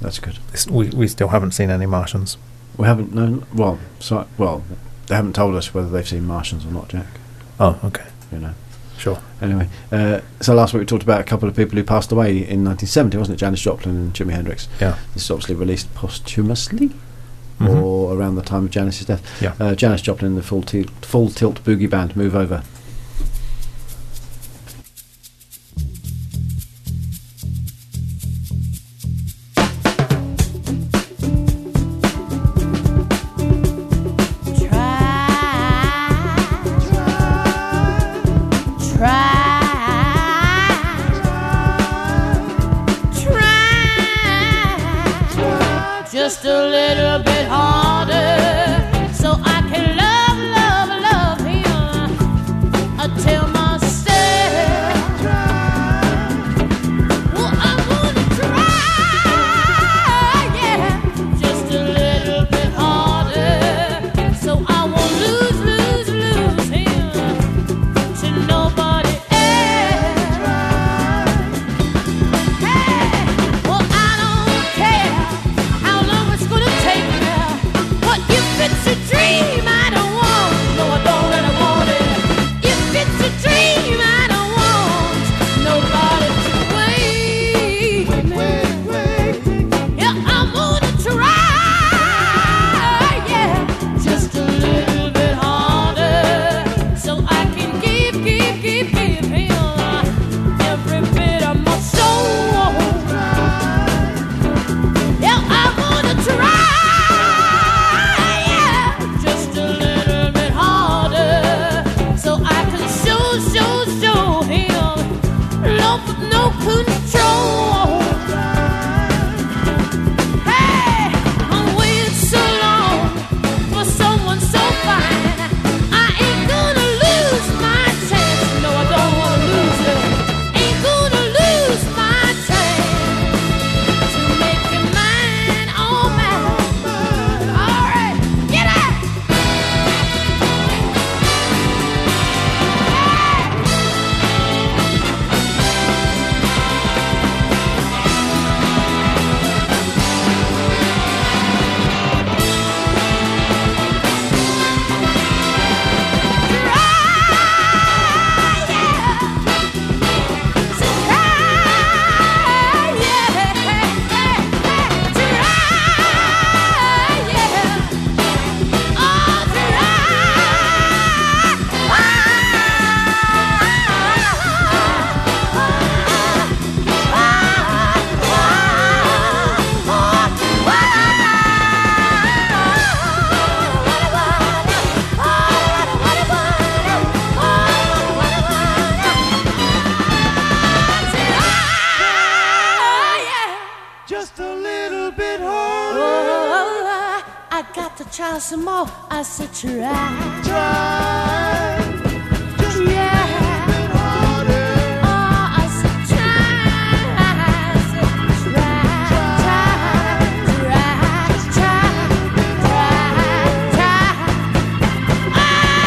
Speaker 1: That's good.
Speaker 2: It's- we we still haven't seen any Martians.
Speaker 1: We haven't known. Well, so well, they haven't told us whether they've seen Martians or not, Jack.
Speaker 2: Oh, okay,
Speaker 1: You know.
Speaker 2: sure.
Speaker 1: Anyway, uh, so last week we talked about a couple of people who passed away in 1970, wasn't it? Janis Joplin and Jimi Hendrix.
Speaker 2: Yeah.
Speaker 1: This is obviously released posthumously,
Speaker 2: Mhm.
Speaker 1: or around the time of Janis's death.
Speaker 2: Yeah.
Speaker 1: Uh, Janis Joplin, the full, tilt full tilt boogie band, move over.
Speaker 3: Just a little bit harder, so I can love, love, love him. I tell myself, well, I'm gonna try, yeah, just a little bit harder, so I won't lose, lose, lose him to nobody else. Well, I don't care how long it's gonna take me. But if it's a dream, I don't want. No, I don't really want it. If it's a dream, I don't want nobody to wait. Yeah, I'm gonna try. Yeah, just a little bit harder, so I can give, give, give, give him every bit of my soul. Yeah, I wanna try, yeah, just a little bit harder, so I can show, show, show him love with no control. Hey, I'm waiting so long for someone so fine. I ain't gonna lose my chance. No, I don't wanna lose it. Ain't gonna lose my chance. To make your mind all mine. All right, get up. Try, yeah.
Speaker 7: Just a little bit harder.
Speaker 3: Oh, I got to try some more. I said try.
Speaker 7: Try. Just
Speaker 3: Yeah.
Speaker 7: a little harder.
Speaker 3: Oh, I said try. I said try. Try. Try. Try. Try. Ah,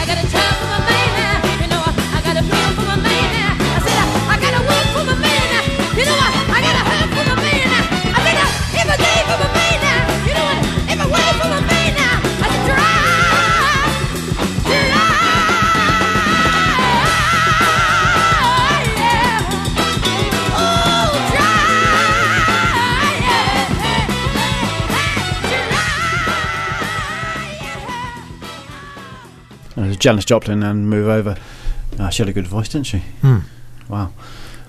Speaker 3: I gotta try for my man, you know. I gotta feel for my man. I said I gotta Oh, Oh,
Speaker 1: Uh, Janis Joplin and move over. Uh, she had a good voice, didn't she?
Speaker 2: Hmm.
Speaker 1: Wow.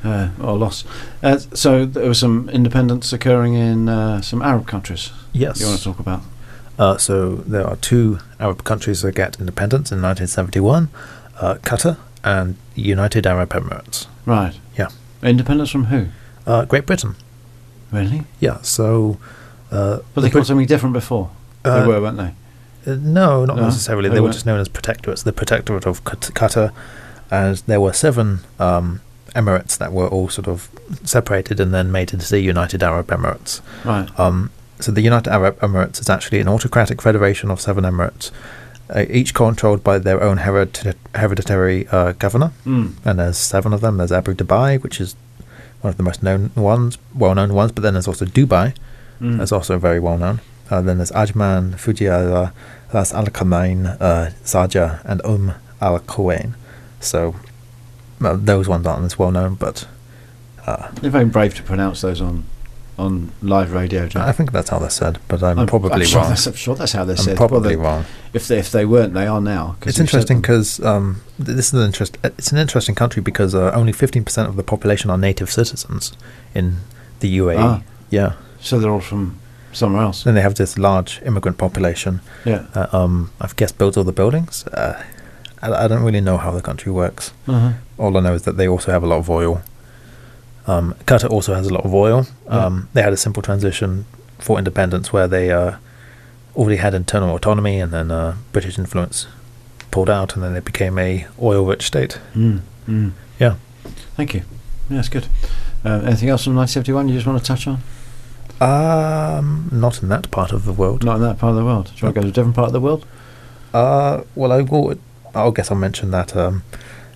Speaker 1: Uh, what a loss. Uh, so there was some independence occurring in uh, some Arab countries
Speaker 2: Yes.
Speaker 1: you want to talk about.
Speaker 2: Uh, so there are two Arab countries that get independence in 1971 uh, Qatar and United Arab Emirates.
Speaker 1: Right.
Speaker 2: Yeah.
Speaker 1: Independence from who?
Speaker 2: Uh, Great Britain.
Speaker 1: Really?
Speaker 2: Yeah, so.
Speaker 1: But they
Speaker 2: Uh, the Brit-
Speaker 1: called something different before.
Speaker 2: Uh,
Speaker 1: they were, weren't they?
Speaker 2: uh, no, not
Speaker 1: No,
Speaker 2: necessarily.
Speaker 1: they
Speaker 2: They were
Speaker 1: weren't.
Speaker 2: just known as protectorates, the protectorate of Qat- Qatar, and there were seven um, emirates that were all sort of separated and then made into the United Arab Emirates.
Speaker 1: Right.
Speaker 2: Um, so the United Arab Emirates is actually an autocratic federation of seven emirates, uh, each controlled by their own heredit- hereditary uh, governor.
Speaker 1: Mm.
Speaker 2: And there's seven of them. There's Abu Dhabi, which is one of the most known ones, well-known ones. But then there's also Dubai,
Speaker 1: Mm.
Speaker 2: that's also very well-known. Uh, then there's Ajman, Fujairah, Ras Al Khaimah, uh, Sarja, and Um Al Kuwain. So well, those ones aren't as well-known, but uh,
Speaker 1: They're very brave to pronounce those on on live radio. Jack.
Speaker 2: I think that's how they're said. But I'm, probably
Speaker 1: I'm sure
Speaker 2: wrong.
Speaker 1: That's, I'm sure that's how they're
Speaker 2: I'm
Speaker 1: said.
Speaker 2: probably
Speaker 1: Well,
Speaker 2: wrong.
Speaker 1: they- If they, if they weren't, they are now. 'cause
Speaker 2: It's
Speaker 1: you said
Speaker 2: interesting
Speaker 1: them.
Speaker 2: because um, th- this is an interest. It's an interesting country because uh, only 15% of the population are native citizens in the UAE.
Speaker 1: Ah.
Speaker 2: Yeah,
Speaker 1: so they're all from somewhere else.
Speaker 2: then they have this large immigrant population.
Speaker 1: Yeah.
Speaker 2: Uh, um, I've guess built all the buildings. Uh, I, I don't really know how the country works.
Speaker 1: Uh-huh.
Speaker 2: All I know is that they also have a lot of oil. Um, Qatar also has a lot of oil.
Speaker 1: Yeah.
Speaker 2: Um, they had a simple transition for independence where they uh, already had internal autonomy, and then uh, British influence pulled out, and then it became a oil-rich state.
Speaker 1: Mm. Mm.
Speaker 2: Yeah.
Speaker 1: Thank you. Yeah, that's good. Uh, anything else from 1971 you just want to touch on?
Speaker 2: Um, not in that part of the world.
Speaker 1: Not in that part of the world. Do you want to go to a different part of the world?
Speaker 2: Uh, well, I will. I guess I'll mention that um,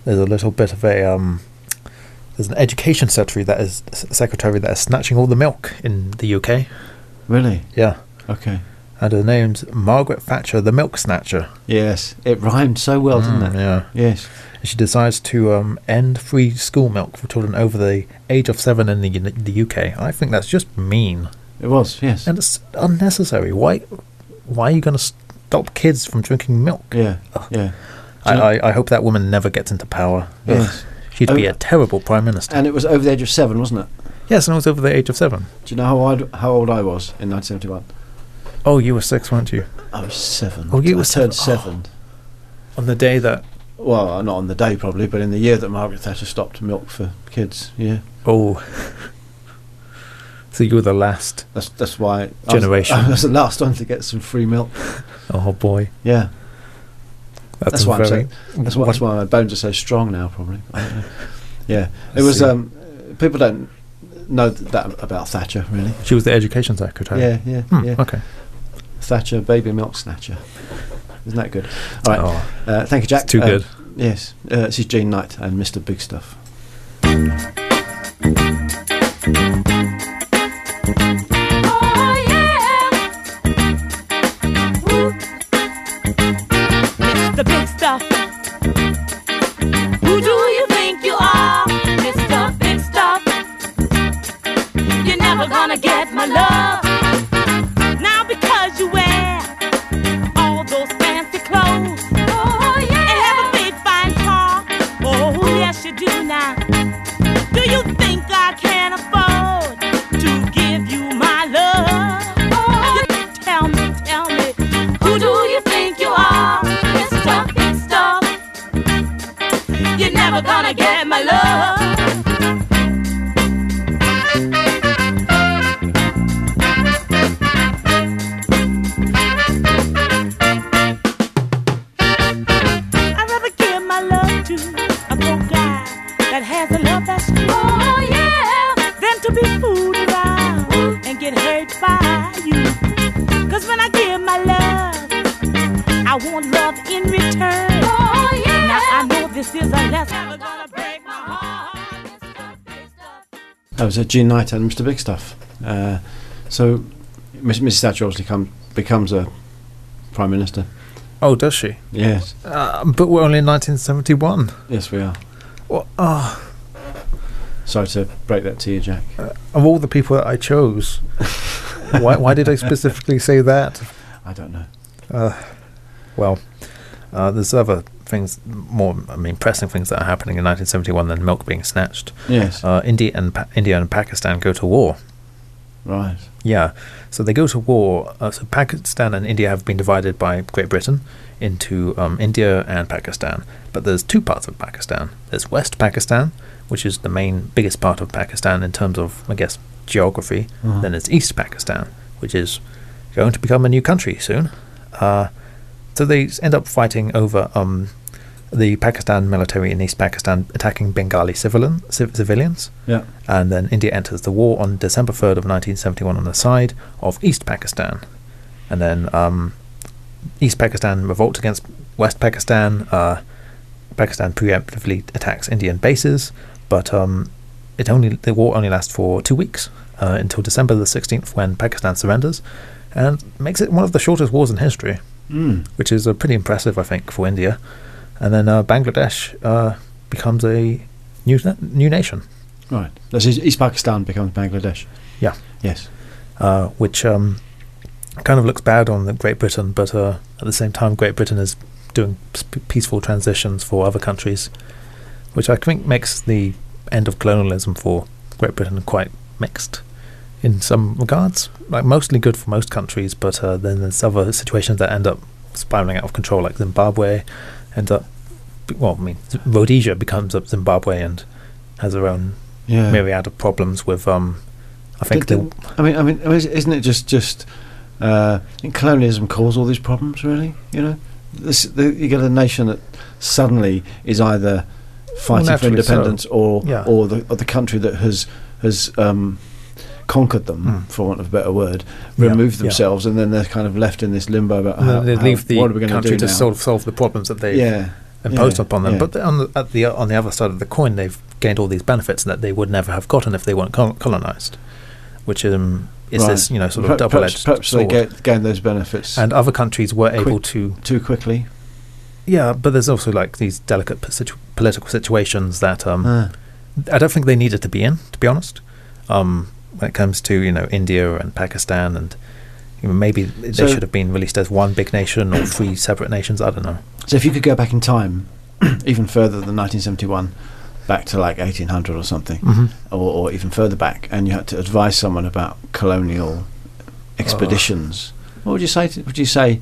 Speaker 2: there's a little bit of a um, there's an education secretary that is secretary that is snatching all the milk in the UK.
Speaker 1: Really?
Speaker 2: Yeah,
Speaker 1: Okay.
Speaker 2: and her name's Margaret Thatcher, the milk snatcher.
Speaker 1: Yes. It rhymed so well,
Speaker 2: Mm,
Speaker 1: didn't it?
Speaker 2: Yeah,
Speaker 1: Yes.
Speaker 2: And she decides to um, end free school milk for children over the age of seven in the, the UK. I think that's just mean
Speaker 1: It was. Yes.
Speaker 2: and it's unnecessary. Why? Why are you going to stop kids from drinking milk?
Speaker 1: yeah.
Speaker 2: Ugh.
Speaker 1: Yeah.
Speaker 2: I,
Speaker 1: So-
Speaker 2: I, I hope that woman never gets into power. Ugh.
Speaker 1: Yes.
Speaker 2: She'd be
Speaker 1: Oh.
Speaker 2: a terrible prime minister.
Speaker 1: And it was over the age of seven, wasn't it?
Speaker 2: yes, and I was over the age of seven.
Speaker 1: Do you know how old, how old I was in 1971?
Speaker 2: Oh, you were six, weren't you?
Speaker 1: I was seven.
Speaker 2: Oh, you
Speaker 1: I
Speaker 2: were
Speaker 1: turned
Speaker 2: seven. Oh.
Speaker 1: seven.
Speaker 2: On the day that.
Speaker 1: Well, not on the day probably, but in the year that Margaret Thatcher stopped milk for kids. Yeah,
Speaker 2: Oh. so you were the last.
Speaker 1: that's that's why I was-
Speaker 2: Generation.
Speaker 1: I was the last one to get some free milk.
Speaker 2: Oh boy,
Speaker 1: Yeah,
Speaker 2: that's,
Speaker 1: That's why I'm
Speaker 2: very.
Speaker 1: that's why, that's why my bones are so strong now. Probably. I don't know. Yeah,
Speaker 2: I
Speaker 1: it was.
Speaker 2: see.
Speaker 1: Um, people don't know th- that about Thatcher really.
Speaker 2: She was the education secretary.
Speaker 1: Yeah, yeah,
Speaker 2: Hmm,
Speaker 1: yeah.
Speaker 2: Okay.
Speaker 1: Thatcher, baby milk snatcher. Isn't that good? All right.
Speaker 2: Oh,
Speaker 1: Uh, thank you, Jack.
Speaker 2: it's too
Speaker 1: Um,
Speaker 2: good.
Speaker 1: Yes, uh, this is Gene Knight and Mr. Big Stuff.
Speaker 3: Oh yeah, Woo. Mr. Big Stuff. Who do you think you are, Mr. Big Stuff? You're never gonna get my love now because you wear all those fancy clothes. Oh yeah, and have a big fine car. Oh yes, you do now. Do you think I can afford to give you my love? You tell me, tell me, who do you think you are, Mr. Big Stuff? You're never gonna get my love. I'd rather give my love to a broke guy that has a love that's true. Oh, yeah. Than to be fooled around and get hurt by you. Cause when I give my love, I want love in return. Oh, yeah. Now I know this is a lesson. Never gonna break my heart.
Speaker 1: That was a Gene Knight and Mr. Big Stuff. Uh, so, Miss, Mrs. Thatcher obviously come, becomes a prime minister.
Speaker 2: Oh, does she?
Speaker 1: Yes,
Speaker 2: Uh, but we're only in 1971.
Speaker 1: yes, we are.
Speaker 2: Well, ah, Uh.
Speaker 1: Sorry to break that to you, Jack.
Speaker 2: of all the people that I chose, why, why did I specifically say that?
Speaker 1: I don't know.
Speaker 2: Well, uh, there's other things, more I mean, pressing things that are happening in 1971 than milk being snatched.
Speaker 1: Yes.
Speaker 2: Uh, India and pa- India and Pakistan go to war.
Speaker 1: Right.
Speaker 2: Yeah, so they go to war. Uh, so Pakistan and India have been divided by Great Britain into um, India and Pakistan. But there's two parts of Pakistan. There's West Pakistan, which is the main biggest part of Pakistan in terms of I guess geography. Then there's East Pakistan, which is going to become a new country soon. Uh, so they s- end up fighting over um, the Pakistan military in East Pakistan attacking Bengali civilian, civ- civilians
Speaker 1: Yeah.
Speaker 2: and then India enters the war on December 3rd of 1971 on the side of East Pakistan. And then um, East Pakistan revolt against West Pakistan. Uh, Pakistan preemptively attacks Indian bases, but um, it only the war only lasts for two weeks uh, until December the 16th when Pakistan surrenders and makes it one of the shortest wars in history,
Speaker 1: Mm.
Speaker 2: which is uh, pretty impressive, I think, for India. And then uh, Bangladesh uh, becomes a new, na- new nation.
Speaker 1: Right. That's East East Pakistan becomes Bangladesh.
Speaker 2: Yeah.
Speaker 1: Yes.
Speaker 2: uh, which um, kind of looks bad on the Great Britain, but uh, at the same time, Great Britain is doing p- peaceful transitions for other countries, which I think makes the end of colonialism for Great Britain quite mixed in some regards. Like mostly good for most countries, but uh, then there's other situations that end up spiraling out of control, like Zimbabwe, end up. Well, I mean, Z- Rhodesia becomes a Zimbabwe and has her own
Speaker 1: Yeah.
Speaker 2: myriad of problems with. Um, I think
Speaker 1: Did-
Speaker 2: the
Speaker 1: did- I mean, I mean, is- isn't it just just uh, didn't colonialism cause all these problems? Really, you know, this the, you get a nation that suddenly is either fighting for
Speaker 2: naturally so.
Speaker 1: independence or
Speaker 2: Yeah.
Speaker 1: or the or the country that has has um, conquered them, for want of a better word,
Speaker 2: Yeah,
Speaker 1: removed
Speaker 2: Hmm. yeah.
Speaker 1: themselves, and then they're kind of left in this limbo about
Speaker 2: And
Speaker 1: how,
Speaker 2: then Uh, they
Speaker 1: how-
Speaker 2: leave the
Speaker 1: what are we going
Speaker 2: country
Speaker 1: do
Speaker 2: to
Speaker 1: now?
Speaker 2: solve solve the problems that they've
Speaker 1: yeah,
Speaker 2: imposed
Speaker 1: yeah,
Speaker 2: upon them.
Speaker 1: yeah.
Speaker 2: But on the, at the on the other side of the coin, they've gained all these benefits that they would never have gotten if they weren't col- colonized, which um, is
Speaker 1: right.
Speaker 2: this you know sort
Speaker 1: Per-
Speaker 2: of double edged
Speaker 1: Perhaps, perhaps they
Speaker 2: sword.
Speaker 1: get, gain those benefits
Speaker 2: and other countries were able
Speaker 1: Quick-
Speaker 2: to
Speaker 1: too quickly.
Speaker 2: yeah, but there's also like these delicate po- situ- political situations that um,
Speaker 1: Ah.
Speaker 2: I don't think they needed to be in, to be honest. Um, when it comes to you know India and Pakistan and. you know, Maybe they
Speaker 1: So-
Speaker 2: should have been released as one big nation or three separate nations. I don't know.
Speaker 1: So if you could go back in time, even further than 1971, back to like 1800 or something, or, or even further back, and you had to advise someone about colonial expeditions, what would you say? To, would you say,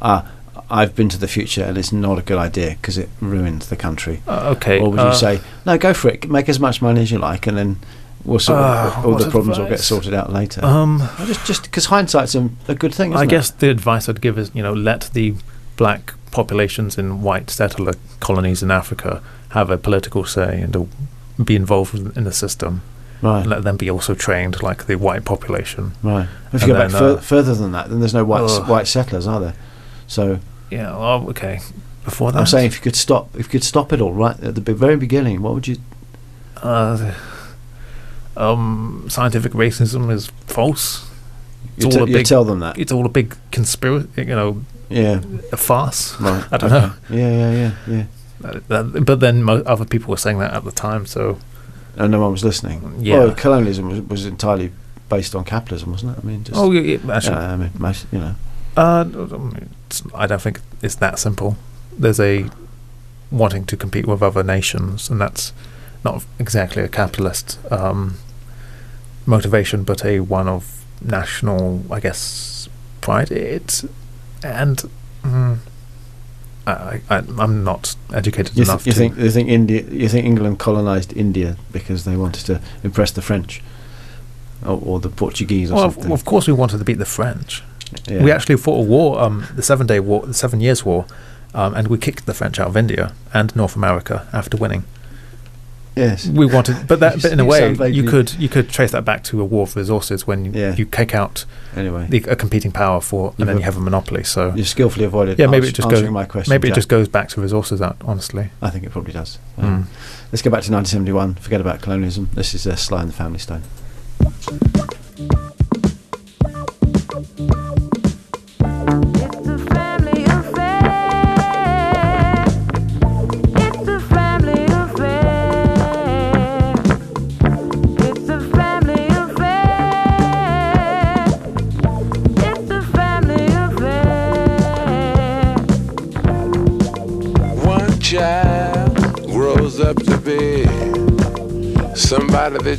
Speaker 1: ah, I've been to the future and it's not a good idea because it ruined the country?
Speaker 2: Uh, okay.
Speaker 1: or would you
Speaker 2: uh,
Speaker 1: say, no, go for it, make as much money as you like, and then we'll sort
Speaker 2: Ah,
Speaker 1: all
Speaker 2: what
Speaker 1: the problems will get
Speaker 2: advice?
Speaker 1: sorted out later?
Speaker 2: Um,
Speaker 1: Well, just just because hindsight's a, a good thing, isn't
Speaker 2: I
Speaker 1: it?
Speaker 2: guess the advice I'd give is, you know, let the black populations in white settler colonies in Africa have a political say and uh, be involved with- in the system.
Speaker 1: right,
Speaker 2: And let them be also trained like the white population.
Speaker 1: right. If
Speaker 2: and
Speaker 1: you go back
Speaker 2: then,
Speaker 1: fur-
Speaker 2: uh,
Speaker 1: further than that, then there's no white s-
Speaker 2: Ugh.
Speaker 1: white settlers, are there? So
Speaker 2: Yeah. Oh, okay. Before that,
Speaker 1: I'm saying if you could stop, if you could stop it all right at the be- very beginning, what would you?
Speaker 2: uh, um, scientific racism is false. It's
Speaker 1: You,
Speaker 2: all a
Speaker 1: te- you
Speaker 2: big.
Speaker 1: tell them that.
Speaker 2: it's all a big conspiracy. You know,
Speaker 1: Yeah,
Speaker 2: a farce.
Speaker 1: right.
Speaker 2: I don't
Speaker 1: okay.
Speaker 2: know.
Speaker 1: Yeah, yeah, yeah, yeah.
Speaker 2: Uh, that- But then mo- other people were saying that at the time, so
Speaker 1: And no one was listening.
Speaker 2: Yeah.
Speaker 1: Well, colonialism was, was entirely based on capitalism, wasn't it? I mean, just
Speaker 2: oh, yeah, yeah, actually,
Speaker 1: yeah, I mean, most, you know,
Speaker 2: Uh, it's, I don't think it's that simple. There's a wanting to compete with other nations, and that's not exactly a capitalist um, motivation, but a one of national, I guess, pride. It's and mm, I, I, I- I'm not educated
Speaker 1: you,
Speaker 2: enough.
Speaker 1: th- you
Speaker 2: to,
Speaker 1: think you think India, you think England colonized India because they wanted to impress the French or, or the Portuguese or
Speaker 2: Well, of,
Speaker 1: something.
Speaker 2: of course, we wanted to beat the French.
Speaker 1: yeah.
Speaker 2: We actually fought a war, um, the Seven Day War, the Seven Years' War, um, and we kicked the French out of India and North America after winning.
Speaker 1: yes,
Speaker 2: we wanted, but that, but in a
Speaker 1: You
Speaker 2: way,
Speaker 1: sound vaguely-
Speaker 2: you could you could trace that back to a war for resources when you,
Speaker 1: Yeah.
Speaker 2: you kick out
Speaker 1: anyway,
Speaker 2: the, a competing power for, and then
Speaker 1: You've-
Speaker 2: you have a monopoly. So
Speaker 1: you skillfully avoided.
Speaker 2: yeah, maybe
Speaker 1: ans-
Speaker 2: it just
Speaker 1: answering
Speaker 2: goes.
Speaker 1: my question.
Speaker 2: maybe it
Speaker 1: Jack.
Speaker 2: just goes back to resources. Out honestly,
Speaker 1: I think it probably does.
Speaker 2: Mm.
Speaker 1: Um, Let's go back to 1971. Forget about colonialism. This is uh, Sly and the Family Stone.
Speaker 8: It's a family affair. It's a family affair. It's a family affair. It's a family affair.
Speaker 4: One
Speaker 5: Somebody that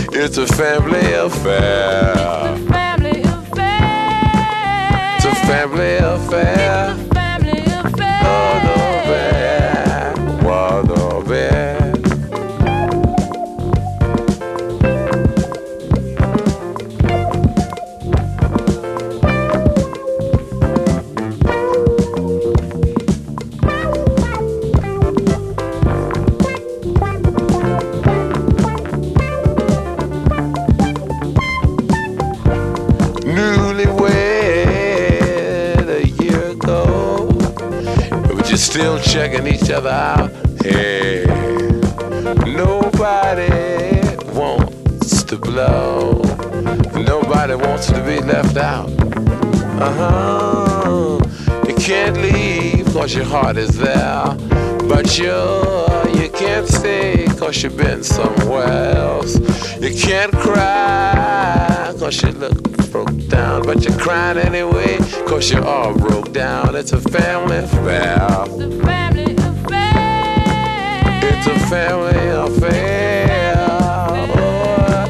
Speaker 5: It's a family affair.
Speaker 3: Family affair.
Speaker 5: It's a family affair.
Speaker 3: Family affair.
Speaker 5: Water bear, water bear. Newlywed a year ago. But you're still checking each other out. Hey, nobody wants to blow. Nobody wants to be left out. Uh huh. You can't leave cause your heart is there. But you you can't stay cause you've been somewhere else. You can't cry cause you look broke down. But you're crying anyway cause you all broke down. It's a family affair.
Speaker 3: The family affair.
Speaker 5: It's a family affair. Oh,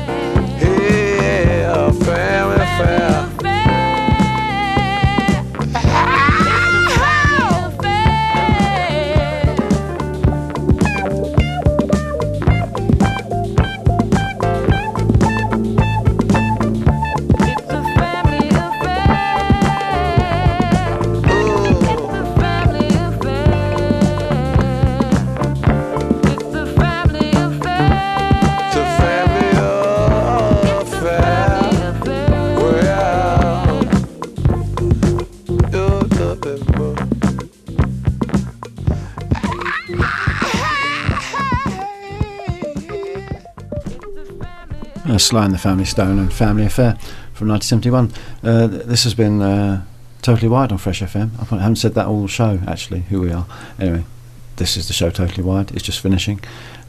Speaker 5: yeah, a family affair. Ooh. It's a family affair. Well, you're nothing but-
Speaker 1: Uh, Sly and the Family Stone and Family Affair from 1971. Uh, th- this has been uh, Totally Wired on Fresh FM. I haven't said that all show, actually, who we are. Anyway, this is the show Totally Wired. It's just finishing.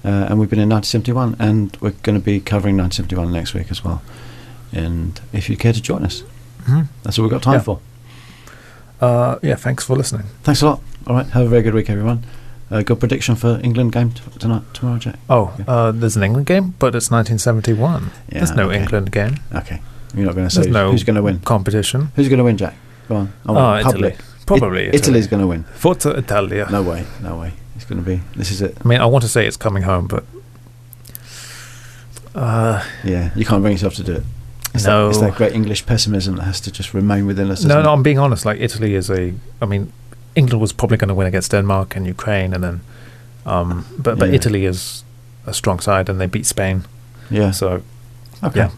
Speaker 1: Uh, and we've been in 1971, and we're going to be covering 1971 next week as well. And if you care to join us,
Speaker 2: Mhm.
Speaker 1: that's all we've got time
Speaker 2: Yeah.
Speaker 1: for.
Speaker 2: Uh, yeah, thanks for listening.
Speaker 1: Thanks a lot. All right, have a very good week, everyone. Uh, good prediction for England game t- tonight, tomorrow, Jack.
Speaker 2: Oh,
Speaker 1: Yeah.
Speaker 2: uh, there's an England game, but it's 1971.
Speaker 1: Yeah,
Speaker 2: there's no
Speaker 1: okay.
Speaker 2: England game.
Speaker 1: Okay, you're not going to say
Speaker 2: There's
Speaker 1: who's,
Speaker 2: no
Speaker 1: going to win.
Speaker 2: competition.
Speaker 1: Who's going to win, Jack? Go on. I
Speaker 2: Oh,
Speaker 1: want it
Speaker 2: Italy.
Speaker 1: public.
Speaker 2: Probably
Speaker 1: It- Italy's going to win.
Speaker 2: Forza Italia.
Speaker 1: No way, no way. It's going to be. This is it.
Speaker 2: I mean, I want to say it's coming home, but uh,
Speaker 1: Yeah, you can't bring yourself to do it. It's
Speaker 2: No.
Speaker 1: That, it's that great English pessimism that has to just remain within us.
Speaker 2: no,
Speaker 1: isn't
Speaker 2: no.
Speaker 1: it?
Speaker 2: I'm being honest. Like Italy is a. I mean, England was probably going to win against Denmark and Ukraine, and then, um, but but
Speaker 1: Yeah.
Speaker 2: Italy is a strong side, and they beat Spain.
Speaker 1: Yeah.
Speaker 2: So
Speaker 1: okay.
Speaker 2: yeah.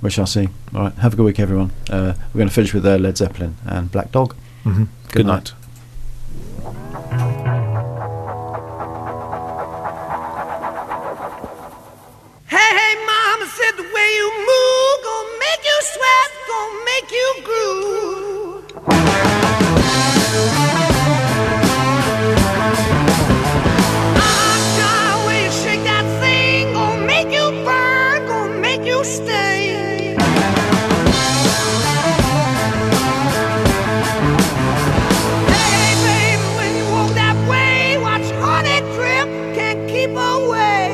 Speaker 1: We shall see. All right. Have a good week, everyone. Uh, we're going to finish with uh, Led Zeppelin and Black Dog.
Speaker 2: mhm. good,
Speaker 1: Good
Speaker 2: night.
Speaker 1: night.
Speaker 9: Hey, hey, mama said the way you move gonna make you sweat, gonna make you groove. Ah, the way you shake that thing, gonna make you burn, gonna make you stay. Hey, baby, when you walk that way, watch honey drip, can't keep away.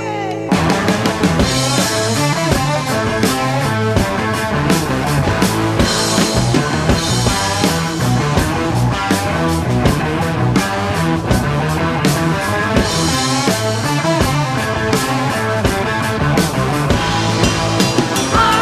Speaker 9: Thank